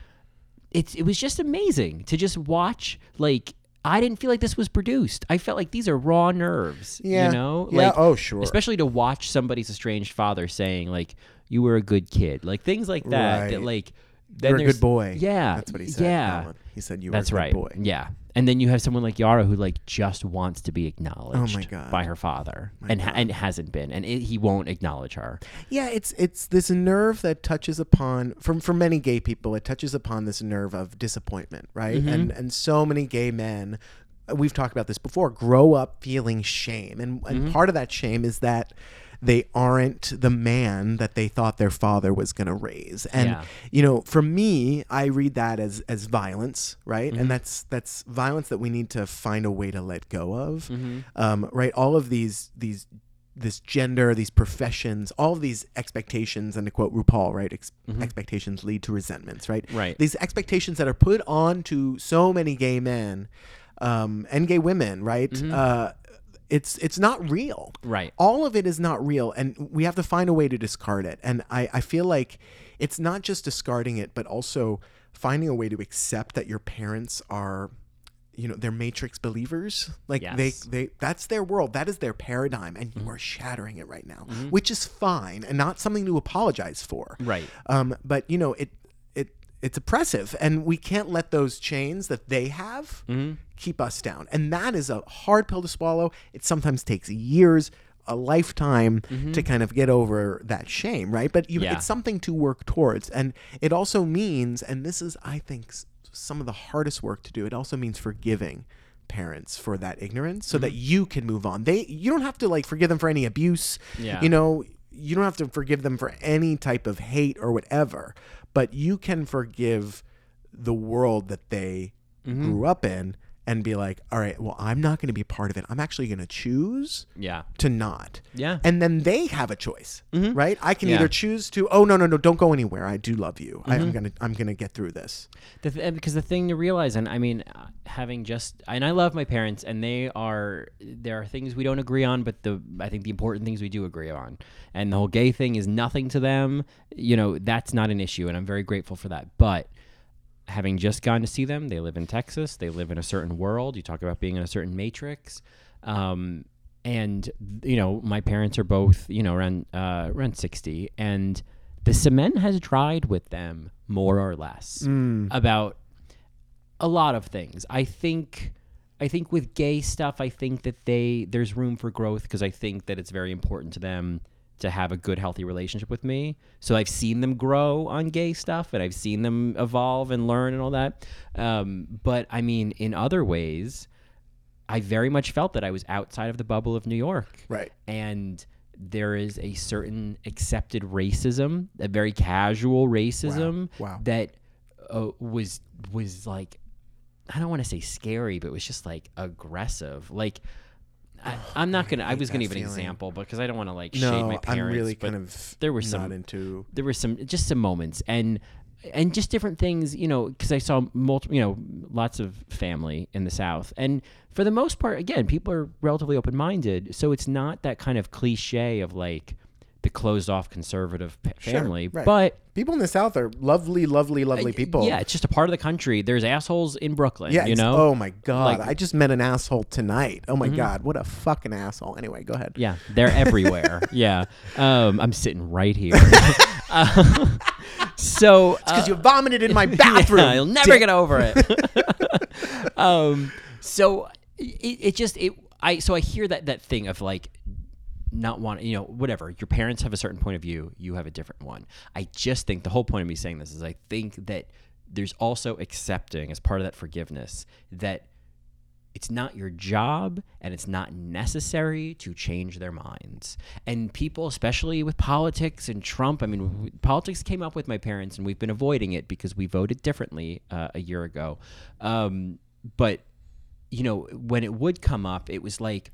E: it's it was just amazing to just watch like. I didn't feel like this was produced. I felt like these are raw nerves.
F: Yeah.
E: You know?
F: Yeah,
E: Like,
F: oh, sure.
E: Especially to watch somebody's estranged father saying, like, you were a good kid. Like things like that. That
F: Right.
E: like then
F: You're a
E: there's-
F: good boy.
E: Yeah.
F: That's what he said.
E: Yeah.
F: that one. He said you
E: That's
F: were a
E: right.
F: good boy.
E: Yeah. And then you have someone like Yara who like just wants to be acknowledged
F: Oh God.
E: by her father and ha- and hasn't been and it, he won't acknowledge her.
F: Yeah, it's it's this nerve that touches upon from for many gay people, it touches upon this nerve of disappointment, right? And and so many gay men we've talked about this before, grow up feeling shame. And and part of that shame is that they aren't the man that they thought their father was going to raise. And
E: Yeah.
F: you know, for me, I read that as as violence, right? And that's that's violence that we need to find a way to let go of, um, right? All of these these this gender, these professions, all of these expectations, and to quote RuPaul, right? Ex- Expectations lead to resentments, right?
E: Mm-hmm. Right.
F: These expectations that are put on to so many gay men um, and gay women, right? Uh, it's it's not real.
E: Mm-hmm. Right.
F: All of it is not real, and we have to find a way to discard it. And I I feel like it's not just discarding it, but also finding a way to accept that your parents are you know they're matrix believers like they
E: Yes. Mm-hmm.
F: they that's their world that is their paradigm and you are shattering it right now which is fine and not something to apologize for
E: Right.
F: um but you know it it it's oppressive and we can't let those chains that they have
E: Mm-hmm.
F: keep us down and that is a hard pill to swallow it sometimes takes years a lifetime to kind of get over that shame right but you
E: Mm-hmm. Yeah.
F: it's something to work towards and it also means and this is i think s- some of the hardest work to do it also means forgiving parents for that ignorance
E: Mm-hmm.
F: so that you can move on they you don't have to like forgive them for any abuse
E: Yeah.
F: you know you don't have to forgive them for any type of hate or whatever but you can forgive the world that they
E: Mm-hmm.
F: grew up in and be like all right well i'm not going to be part of it i'm actually going to choose
E: Yeah.
F: to not.
E: Yeah. Mm-hmm.
F: And then they have a choice, right? I can
E: Yeah. Mm-hmm.
F: either choose to, oh no no no, don't go anywhere. I do love you. I, I'm gonna I'm gonna get through this.
E: The th- because the thing to realize, and I mean, uh, having just, and I love my parents, and they are there are things we don't agree on, but the I think the important things we do agree on, and the whole gay thing is nothing to them. You know, that's not an issue, and I'm very grateful for that. But having just gone to see them, they live in Texas, they live in a certain world. You talk about being in a certain matrix. Um, and you know, my parents are both you know around uh, around sixty, and the cement has dried with them more or less about a lot of things. I think I think with gay stuff, I think that they there's room for growth because I think that it's very important to them to have a good healthy relationship with me. So I've seen them grow on gay stuff and I've seen them evolve and learn and all that. Um, but I mean in other ways, I very much felt that I was outside of the bubble of New York
F: Right.
E: and there is a certain accepted racism, a very casual racism
F: Wow. Wow.
E: that uh, was was like I don't want to say scary, but it was just like aggressive. Like I, I'm not gonna. I, was gonna
F: that
E: give an
F: feeling.
E: example because I don't want to like shade my
F: No, I'm
E: parents.
F: really
E: but
F: kind of
E: there were
F: not
E: some
F: into
E: there were some just some moments and and just different things you know because i saw multiple you know lots of family in the south and for the most part again people are relatively open-minded so it's not that kind of cliche of like the closed off conservative p- family
F: right.
E: but
F: people in the South are lovely, lovely, lovely people.
E: yeah it's just a part of the country there's assholes in brooklyn
F: Yeah,
E: you
F: it's-
E: know
F: Oh my god,
E: Like- Mm-hmm.
F: I just met an asshole tonight. Oh my god, what a fucking asshole. Anyway, go ahead.
E: Yeah, they're everywhere. yeah, um, I'm sitting right here. Uh, so
F: Because you vomited in my bathroom.
E: I'll Uh, never get over it. um, so it, it just it I so I hear that that thing of like not want you know whatever your parents have a certain point of view you have a different one i just think the whole point of me saying this is i think that there's also accepting as part of that forgiveness that it's not your job and it's not necessary to change their minds. And people, especially with politics and Trump, I mean, w- politics came up with my parents and we've been avoiding it because we voted differently uh, a year ago. Um, but, you know, when it would come up, it was like,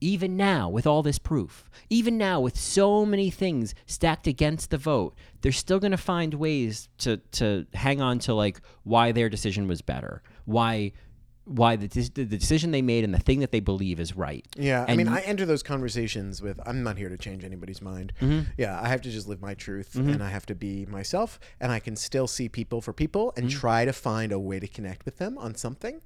E: even now with all this proof, even now with so many things stacked against the vote, they're still going to find ways to to hang on to like why their decision was better, why why the, de- the decision they made and the thing that they believe is right.
F: Yeah, I
E: And-
F: mean, I enter those conversations with I'm not here to change anybody's mind.
E: Mm-hmm.
F: Yeah, I have to just live my truth and I have to be myself and I can still see people for people and
E: Mm-hmm.
F: try to find a way to connect with them on something.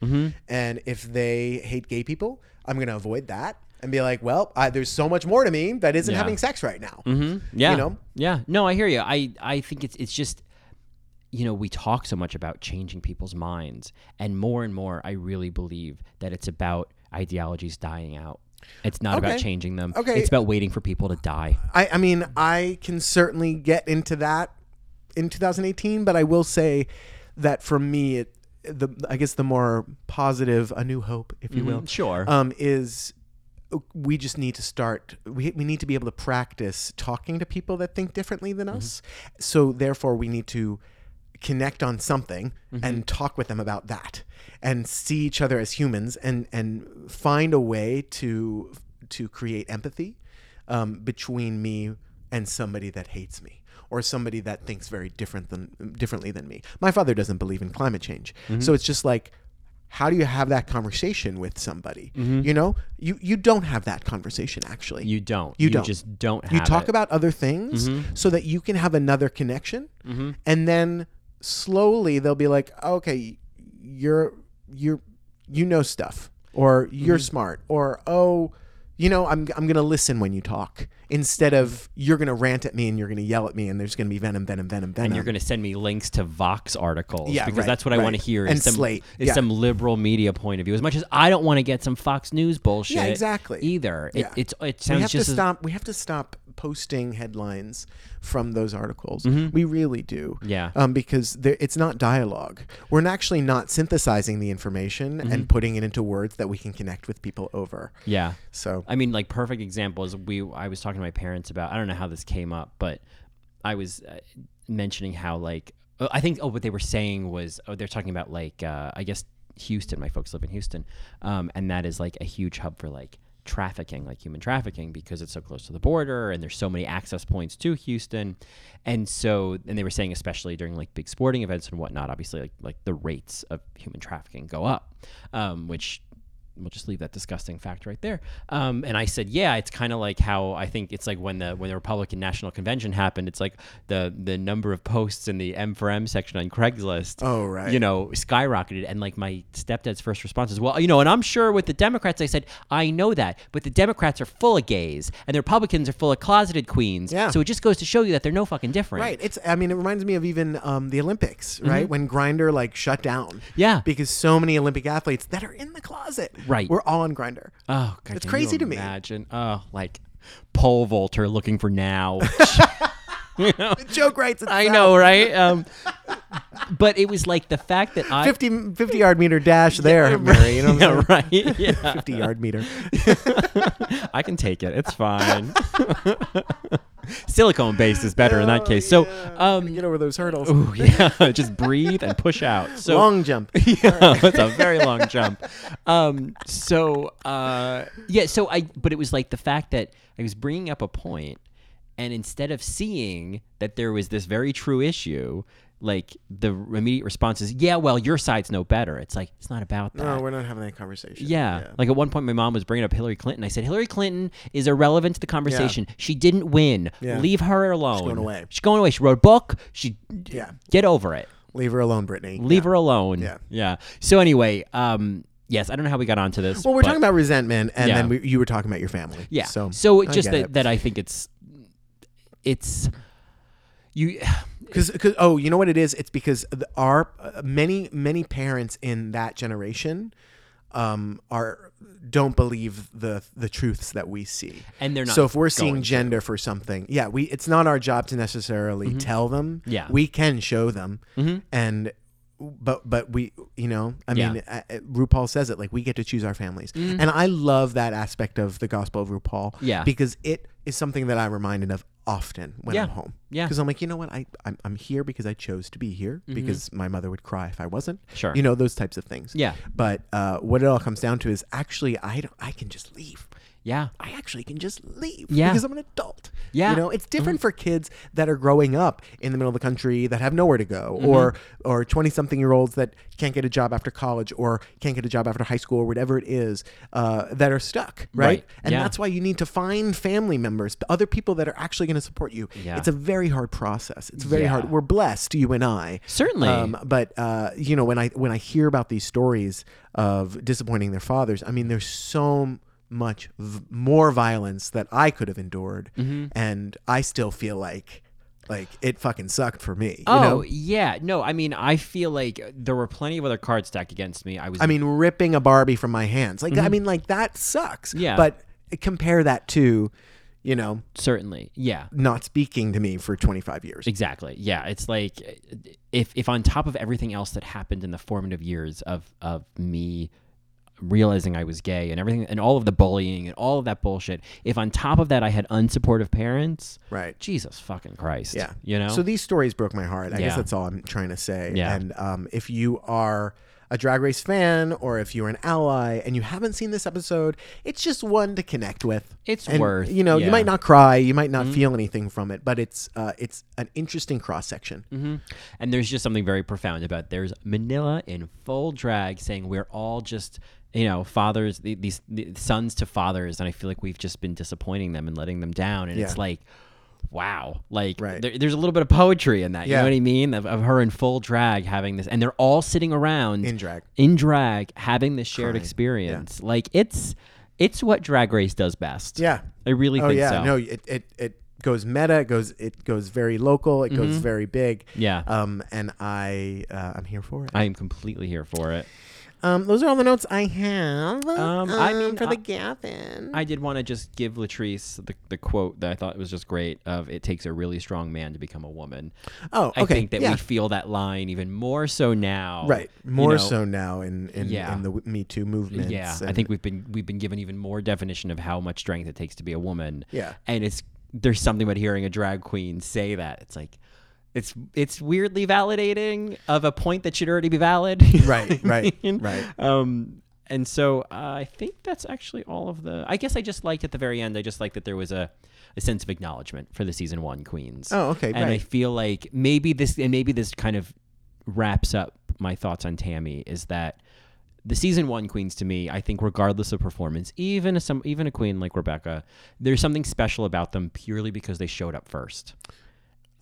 F: And if they hate gay people, I'm going to avoid that and be like, well, I, there's so much more to me that isn't
E: Yeah. Mm-hmm.
F: having sex right now.
E: Yeah.
F: You know?
E: Yeah. No, I hear you. I I think it's it's just you know, we talk so much about changing people's minds and more and more I really believe that it's about ideologies dying out. It's not about
F: Okay.
E: changing them.
F: Okay.
E: It's about waiting for people to die.
F: I, I mean, I can certainly get into that in 2018, but I will say that for me, it the I guess the more positive, a new hope, if you will,
E: sure.
F: um, is uh, we just need to start. We we need to be able to practice talking to people that think differently than us. So therefore, we need to connect on something and talk with them about that and see each other as humans and and find a way to to create empathy um, between me and somebody that hates me or somebody that thinks very different than differently than me. My father doesn't believe in climate change. So it's just like how do you have that conversation with somebody? You know, you you don't have that conversation actually.
E: Mm-hmm. You don't.
F: You,
E: You
F: don't.
E: just don't
F: You
E: have
F: talk
E: it. Mm-hmm.
F: about other things so that you can have another connection, and then slowly they'll be like, okay, you're you're you know stuff, or you're
E: Mm-hmm.
F: smart, or oh. You know, I'm, I'm going to listen when you talk instead of you're going to rant at me and you're going to yell at me and there's going to be venom, venom, venom, venom.
E: and you're going to send me links to Vox articles.
F: Yeah,
E: because
F: right,
E: that's what I want
F: right.
E: to hear.
F: And
E: is some,
F: Slate,
E: is
F: yeah.
E: some liberal media point of view. As much as I don't want to get some Fox News bullshit.
F: Yeah, exactly.
E: Either it,
F: Yeah.
E: it's it
F: we
E: sounds
F: have
E: just
F: to
E: as,
F: stop. We have to stop posting headlines from those articles. We really do.
E: Mm-hmm. Yeah.
F: Um, because there, it's not dialogue. We're n- actually not synthesizing the information
E: Mm-hmm.
F: and putting it into words that we can connect with people over.
E: yeah.
F: So
E: I mean, like perfect example is we. I was talking to my parents about. I don't know how this came up, but I was uh, mentioning how like uh, I think. Oh, what they were saying was oh, they're talking about like uh, I guess Houston. My folks live in Houston, um, and that is like a huge hub for like trafficking, like human trafficking, because it's so close to the border and there's so many access points to Houston, and so and they were saying especially during like big sporting events and whatnot, obviously like like the rates of human trafficking go up, um, which we'll just leave that disgusting fact right there. Um, and I said, yeah, it's kind of like how I think it's like when the when the Republican National Convention happened, it's like the the number of posts in the M for M section on Craigslist,
F: Oh, right.
E: you know, skyrocketed. And like my stepdad's first response is, well, you know, and I'm sure with the Democrats, I said, I know that, but the Democrats are full of gays and the Republicans are full of closeted queens.
F: Yeah.
E: So it just goes to show you that they're no fucking different.
F: right, it's. I mean, it reminds me of even um, the Olympics, right? When Grinder like shut down.
E: Mm-hmm. Yeah.
F: Because so many Olympic athletes that are in the closet.
E: Right.
F: We're all on Grinder.
E: Oh god,
F: It's
E: can you
F: crazy to me.
E: Imagine, oh, like pole vaulter looking for now.
F: Joke writes.
E: I know, right? Um, but it was like the fact that I
F: 50, 50 yard meter dash there, Mary. You know what I'm
E: yeah,
F: saying?
E: right. Yeah,
F: 50 yard meter.
E: I can take it. It's fine. Silicone based is better in that case. So, um,
F: Get over those hurdles.
E: ooh, yeah, just breathe and push out. So
F: Long jump.
E: yeah, it's a very long jump. Um, so uh, yeah, so I but it was like the fact that I was bringing up a point, and instead of seeing that there was this very true issue, like the immediate response is, "Yeah, well, your side's no better." It's like it's not about that.
F: No, Oh, we're not having that conversation.
E: Yeah. Like at one point, my mom was bringing up Hillary Clinton. I said, Hillary Clinton is irrelevant to the conversation. She didn't win.
F: Yeah.
E: Leave her alone. She's
F: going away.
E: She's going away. She wrote a book. She,
F: Yeah.
E: Get over it.
F: Leave her alone, Brittany.
E: Leave her alone.
F: Yeah.
E: Yeah. So anyway, um, yes, I don't know how we got onto this.
F: Well, we're
E: but-
F: talking about resentment, and
E: Yeah.
F: then we, you were talking about your family.
E: Yeah.
F: So,
E: So, it just that, that I think it's, it's, you,
F: because oh, you know what it is? It's because the, our uh, many many parents in that generation um are don't believe the the truths that we see.
E: And they're not
F: So if we're seeing
E: going to.
F: gender for something, yeah, we it's not our job to necessarily tell them.
E: Mm-hmm. Yeah. Mm-hmm.
F: We can show them. And but but we you know I
E: Yeah. Mm-hmm.
F: mean uh, uh, RuPaul says it like we get to choose our families and I love that aspect of the Gospel of RuPaul
E: Yeah.
F: because it is something that I'm reminded of often when I'm
E: Yeah.
F: home
E: Yeah. Mm-hmm.
F: because I'm like you know what I I'm, I'm here because I chose to be here because my mother would cry if I wasn't
E: Sure.
F: you know those types of things
E: Yeah.
F: but uh, what it all comes down to is actually I don't I can just leave
E: yeah.
F: I actually can just leave
E: Yeah.
F: because I'm an adult.
E: Yeah. Mm-hmm.
F: You know, it's different for kids that are growing up in the middle of the country that have nowhere to go
E: Mm-hmm.
F: or or 20 something year olds that can't get a job after college or can't get a job after high school or whatever it is uh, that are stuck, right?
E: Right.
F: And
E: Yeah.
F: that's why you need to find family members, other people that are actually going to support you.
E: Yeah.
F: It's a very hard process. It's very
E: Yeah.
F: hard. We're blessed, you and I.
E: Certainly.
F: but uh, you know, when I when I hear about these stories of disappointing their fathers, I mean, there's so m- much v- more violence that I could have endured,
E: Mm-hmm.
F: and I still feel like like it fucking sucked for me.
E: oh,
F: you know?
E: yeah. No, I mean, I feel like there were plenty of other cards stacked against me. I was
F: I mean, ripping a Barbie from my hands, like I mean, like that sucks.
E: Mm-hmm. Yeah.
F: but compare that to, you know,
E: certainly, yeah.
F: not speaking to me for 25 years.
E: Exactly. Yeah, it's like if if on top of everything else that happened in the formative years of of me realizing I was gay and everything and all of the bullying and all of that bullshit, if on top of that I had unsupportive parents,
F: Right.
E: Jesus fucking Christ.
F: Yeah.
E: You know.
F: So these stories broke my heart. I guess
E: Yeah.
F: that's all I'm trying to say.
E: Yeah.
F: And um, if you are a Drag Race fan or if you're an ally and you haven't seen this episode, it's just one to connect with.
E: It's
F: And,
E: worth-
F: You know, you
E: yeah. Mm-hmm.
F: might not cry, you might not feel anything from it, but it's uh, it's an interesting cross section.
E: Mm-hmm. And there's just something very profound about there's Manila in full drag saying we're all just you know fathers the- these the sons to fathers and I feel like we've just been disappointing them and letting them down and it's
F: Yeah.
E: like wow like
F: Right.
E: there- there's a little bit of poetry in that you
F: Yeah.
E: know what I mean of, of her in full drag having this and they're all sitting around
F: In drag.
E: in drag having this shared experience like it's it's what drag race does best
F: Yeah.
E: I really
F: oh
E: think
F: yeah,
E: so
F: no, it, it it goes meta, it goes it goes very local, it goes very big.
E: Mm-hmm. Yeah.
F: Um, and I uh, I'm here for it.
E: I am completely here for it
F: Um, those are all the notes I have.
E: Um, I mean,
F: for
E: I-
F: the Gavin.
E: I did want to just give Latrice the, the quote that I thought was just great of it takes a really strong man to become a woman.
F: Oh, okay.
E: I think that
F: yeah.
E: we feel that line even more so now.
F: right
E: you
F: more
E: know.
F: so now in in,
E: Yeah.
F: in the Me Too movement.
E: Yeah, I think we've been we've been given even more definition of how much strength it takes to be a woman.
F: Yeah.
E: and it's there's something about hearing a drag queen say that. It's like it's it's weirdly validating of a point that should already be valid.
F: Right, right,
E: mean?
F: right.
E: Um, and so uh, I think that's actually all of the. I guess I just liked at the very end. I just liked that there was a, a sense of acknowledgement for the season one queens.
F: Oh, okay,
E: And I
F: right.
E: feel like maybe this and maybe this kind of wraps up my thoughts on Tammy is that the season one queens to me, I think regardless of performance, even a, some even a queen like Rebecca, there's something special about them purely because they showed up first.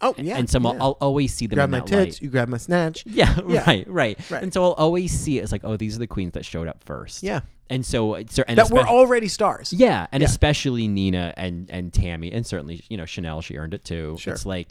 F: Oh yeah.
E: and so I'll-
F: yeah.
E: I'll always see them
F: grab
E: in
F: my
E: that
F: tits,
E: light.
F: you grab my snatch.
E: Yeah,
F: Yeah.
E: right, right,
F: Right.
E: And so I'll always see it as like, oh, these are the queens that showed up first.
F: Yeah.
E: And so, it's- and
F: That we're
E: especially-
F: already stars.
E: yeah, and especially Nina and and Tammy, and certainly you know Chanel, she earned it too.
F: Sure.
E: It's like,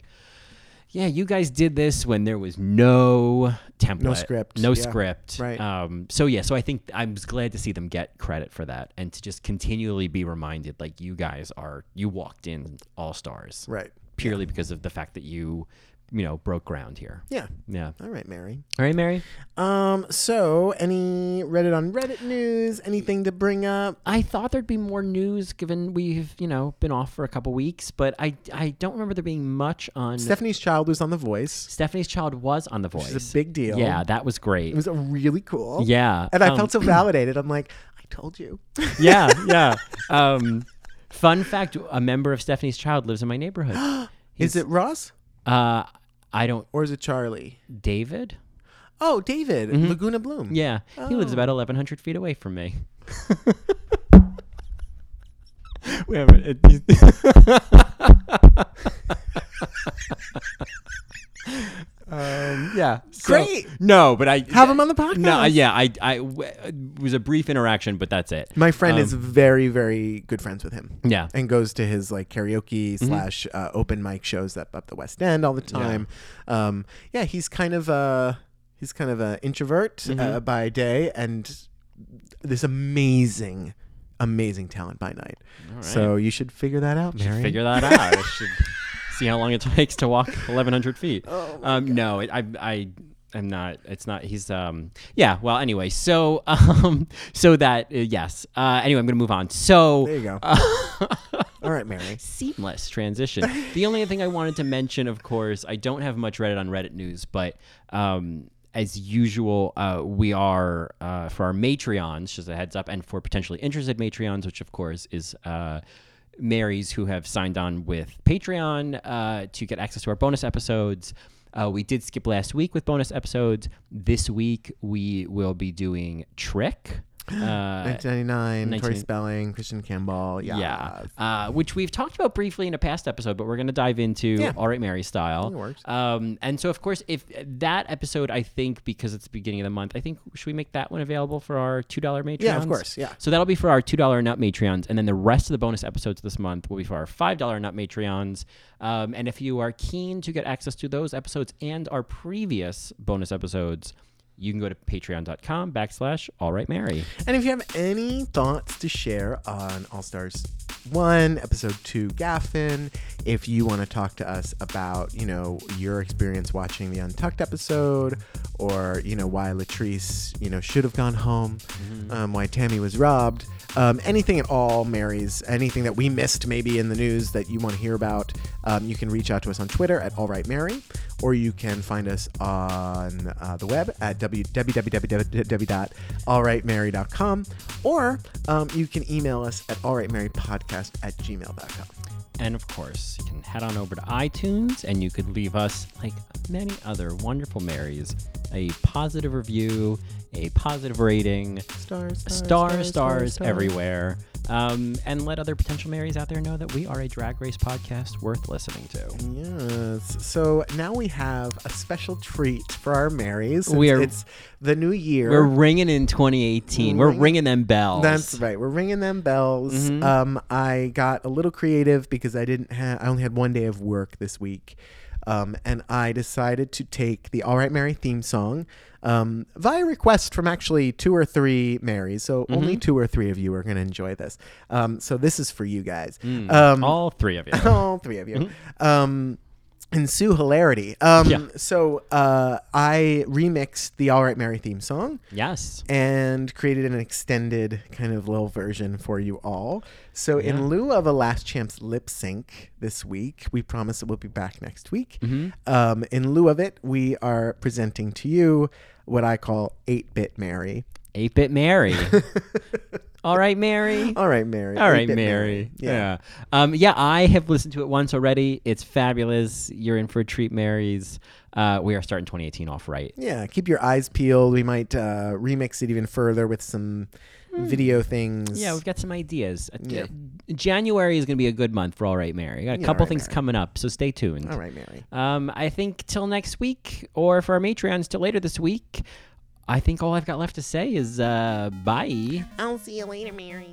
E: yeah, you guys did this when there was no template,
F: script,
E: no
F: yeah,
E: script,
F: right.
E: Um, so yeah, so I think I was glad to see them get credit for that, and to just continually be reminded, like, you guys are you walked in all stars,
F: Right.
E: Purely because of the fact that you, you know, broke ground here.
F: Yeah.
E: Yeah.
F: All right, Mary.
E: All right, Mary.
F: Um, so any Reddit on Reddit news? Anything to bring up?
E: I thought there'd be more news given we've, you know, been off for a couple weeks, but I, I don't remember there being much on
F: Stephanie's child was on The Voice.
E: Stephanie's Child was on The Voice.
F: It's a big deal.
E: Yeah, that was great.
F: It was really cool.
E: Yeah,
F: And I
E: um,
F: felt so validated. I'm like, I told you.
E: yeah, yeah. Um, fun fact, a member of Stephanie's Child lives in my neighborhood.
F: Is it Ross
E: Uh, I don't
F: or is it Charlie?
E: David?
F: Oh, David Laguna Bloom.
E: Mm-hmm. Yeah. He lives about 1100 feet away from me. we haven't it, Um, yeah. so-
F: Great.
E: No, but I
F: Have him on the podcast.
E: No, yeah, I, I w- it was a brief interaction, but that's it.
F: My friend is very, very good friends with him.
E: Yeah.
F: and goes to his like karaoke slash uh, open mic shows up up the West End all the time. Yeah, um, yeah he's kind of a he's kind of an introvert uh, by day and this amazing, amazing talent by night. So you should figure that out, Mary.
E: Figure that out. I should see how long it takes to walk 1,100 feet.
F: Oh
E: um, no, it, I, I, I'm not. It's not. He's. Um, yeah. Well. Anyway. So. Um, so that. Uh, yes. Uh, anyway, I'm gonna move on. So.
F: there you go. all right, Mary.
E: seamless transition. the only thing I wanted to mention, of course, I don't have much Reddit on Reddit news, but um, as usual, uh, we are uh, for our Matreons, just a heads up, and for potentially interested Matreons, which of course is. Uh, Marys who have signed on with Patreon uh, to get access to our bonus episodes. Uh, we did skip last week with bonus episodes. This week we will be doing Trick. Uh,
F: 1999, Tori
E: 19
F: Spelling, Christian Campbell. Yeah.
E: yeah. Uh, which we've talked about briefly in a past episode, but we're going to dive into All Right Mary style.
F: It works.
E: Um, and so, of course, if that episode, I think because it's the beginning of the month, I think should we make that one available for our two dollar Matreons?
F: Yeah, of course, yeah.
E: So that'll be for our two dollar and up Matreons, and then the rest of the bonus episodes this month will be for our five dollar and up Matreons. Um, and if you are keen to get access to those episodes and our previous bonus episodes. You can go to patreon.com backslash all right Mary.
F: And if you have any thoughts to share on All Stars 1, Episode 2, Gaffin, if you want to talk to us about, you know, your experience watching the Untucked episode or, you know, why Latrice, you know, should have gone home, um, why Tammy was robbed, um, anything at all, Mary's, anything that we missed maybe in the news that you want to hear about, um, you can reach out to us on Twitter at All Right Mary or you can find us on uh, the web at www.allrightmary.com, or um, you can email us at allrightmarypodcast at gmail.com.
E: And of course, you can head on over to iTunes and you could leave us, like many other wonderful Marys, a positive review, a positive rating, stars,
F: Stars, stars, stars,
E: stars,
F: stars, stars.
E: everywhere. Um, and let other potential Marys out there know that we are a drag race podcast worth listening to.
F: Yes. So now we have a special treat for our Marys. since
E: We are-
F: It's the new year.
E: We're ringing in 2018. We're
F: Ring-
E: ringing them bells.
F: That's right. We're ringing them bells.
E: Mm-hmm.
F: Um, I got a little creative because I didn't have. I only had one day of work this week, um, and I decided to take the All Right Mary theme song um, via request from actually two or three Marys. So
E: Mm-hmm.
F: only two or three of you are going to enjoy this. Um, so this is for you guys. Um,
E: Mm. all three of you.
F: all three of you. Um, ensue hilarity. Um,
E: Yeah.
F: So uh, I remixed the All Right Mary theme song
E: yes.
F: and created an extended kind of little version for you all. So, in lieu of a Last Champs lip sync this week, we promise that we'll be back next week.
E: Mm-hmm.
F: Um, in lieu of it, we are presenting to you what I call 8 bit Mary.
E: 8 bit Mary. all right, Mary.
F: All right, Mary.
E: All right,
F: 8-bit
E: Mary. Yeah. Um, yeah, I have listened to it once already. It's fabulous. You're in for a treat, Marys. Uh, we are starting 2018 off right.
F: Yeah, keep your eyes peeled. We might uh, remix it even further with some video things.
E: Hmm. Yeah, we've got some ideas. Uh, uh, January is going to be a good month for All Right Mary. Got a
F: Yeah,
E: couple
F: All Right
E: things
F: Mary.
E: coming up, so stay tuned.
F: All right, Mary.
E: Um, I think till next week, or for our Matreons till later this week. I think all I've got left to say is uh, bye.
F: I'll see you later, Mary.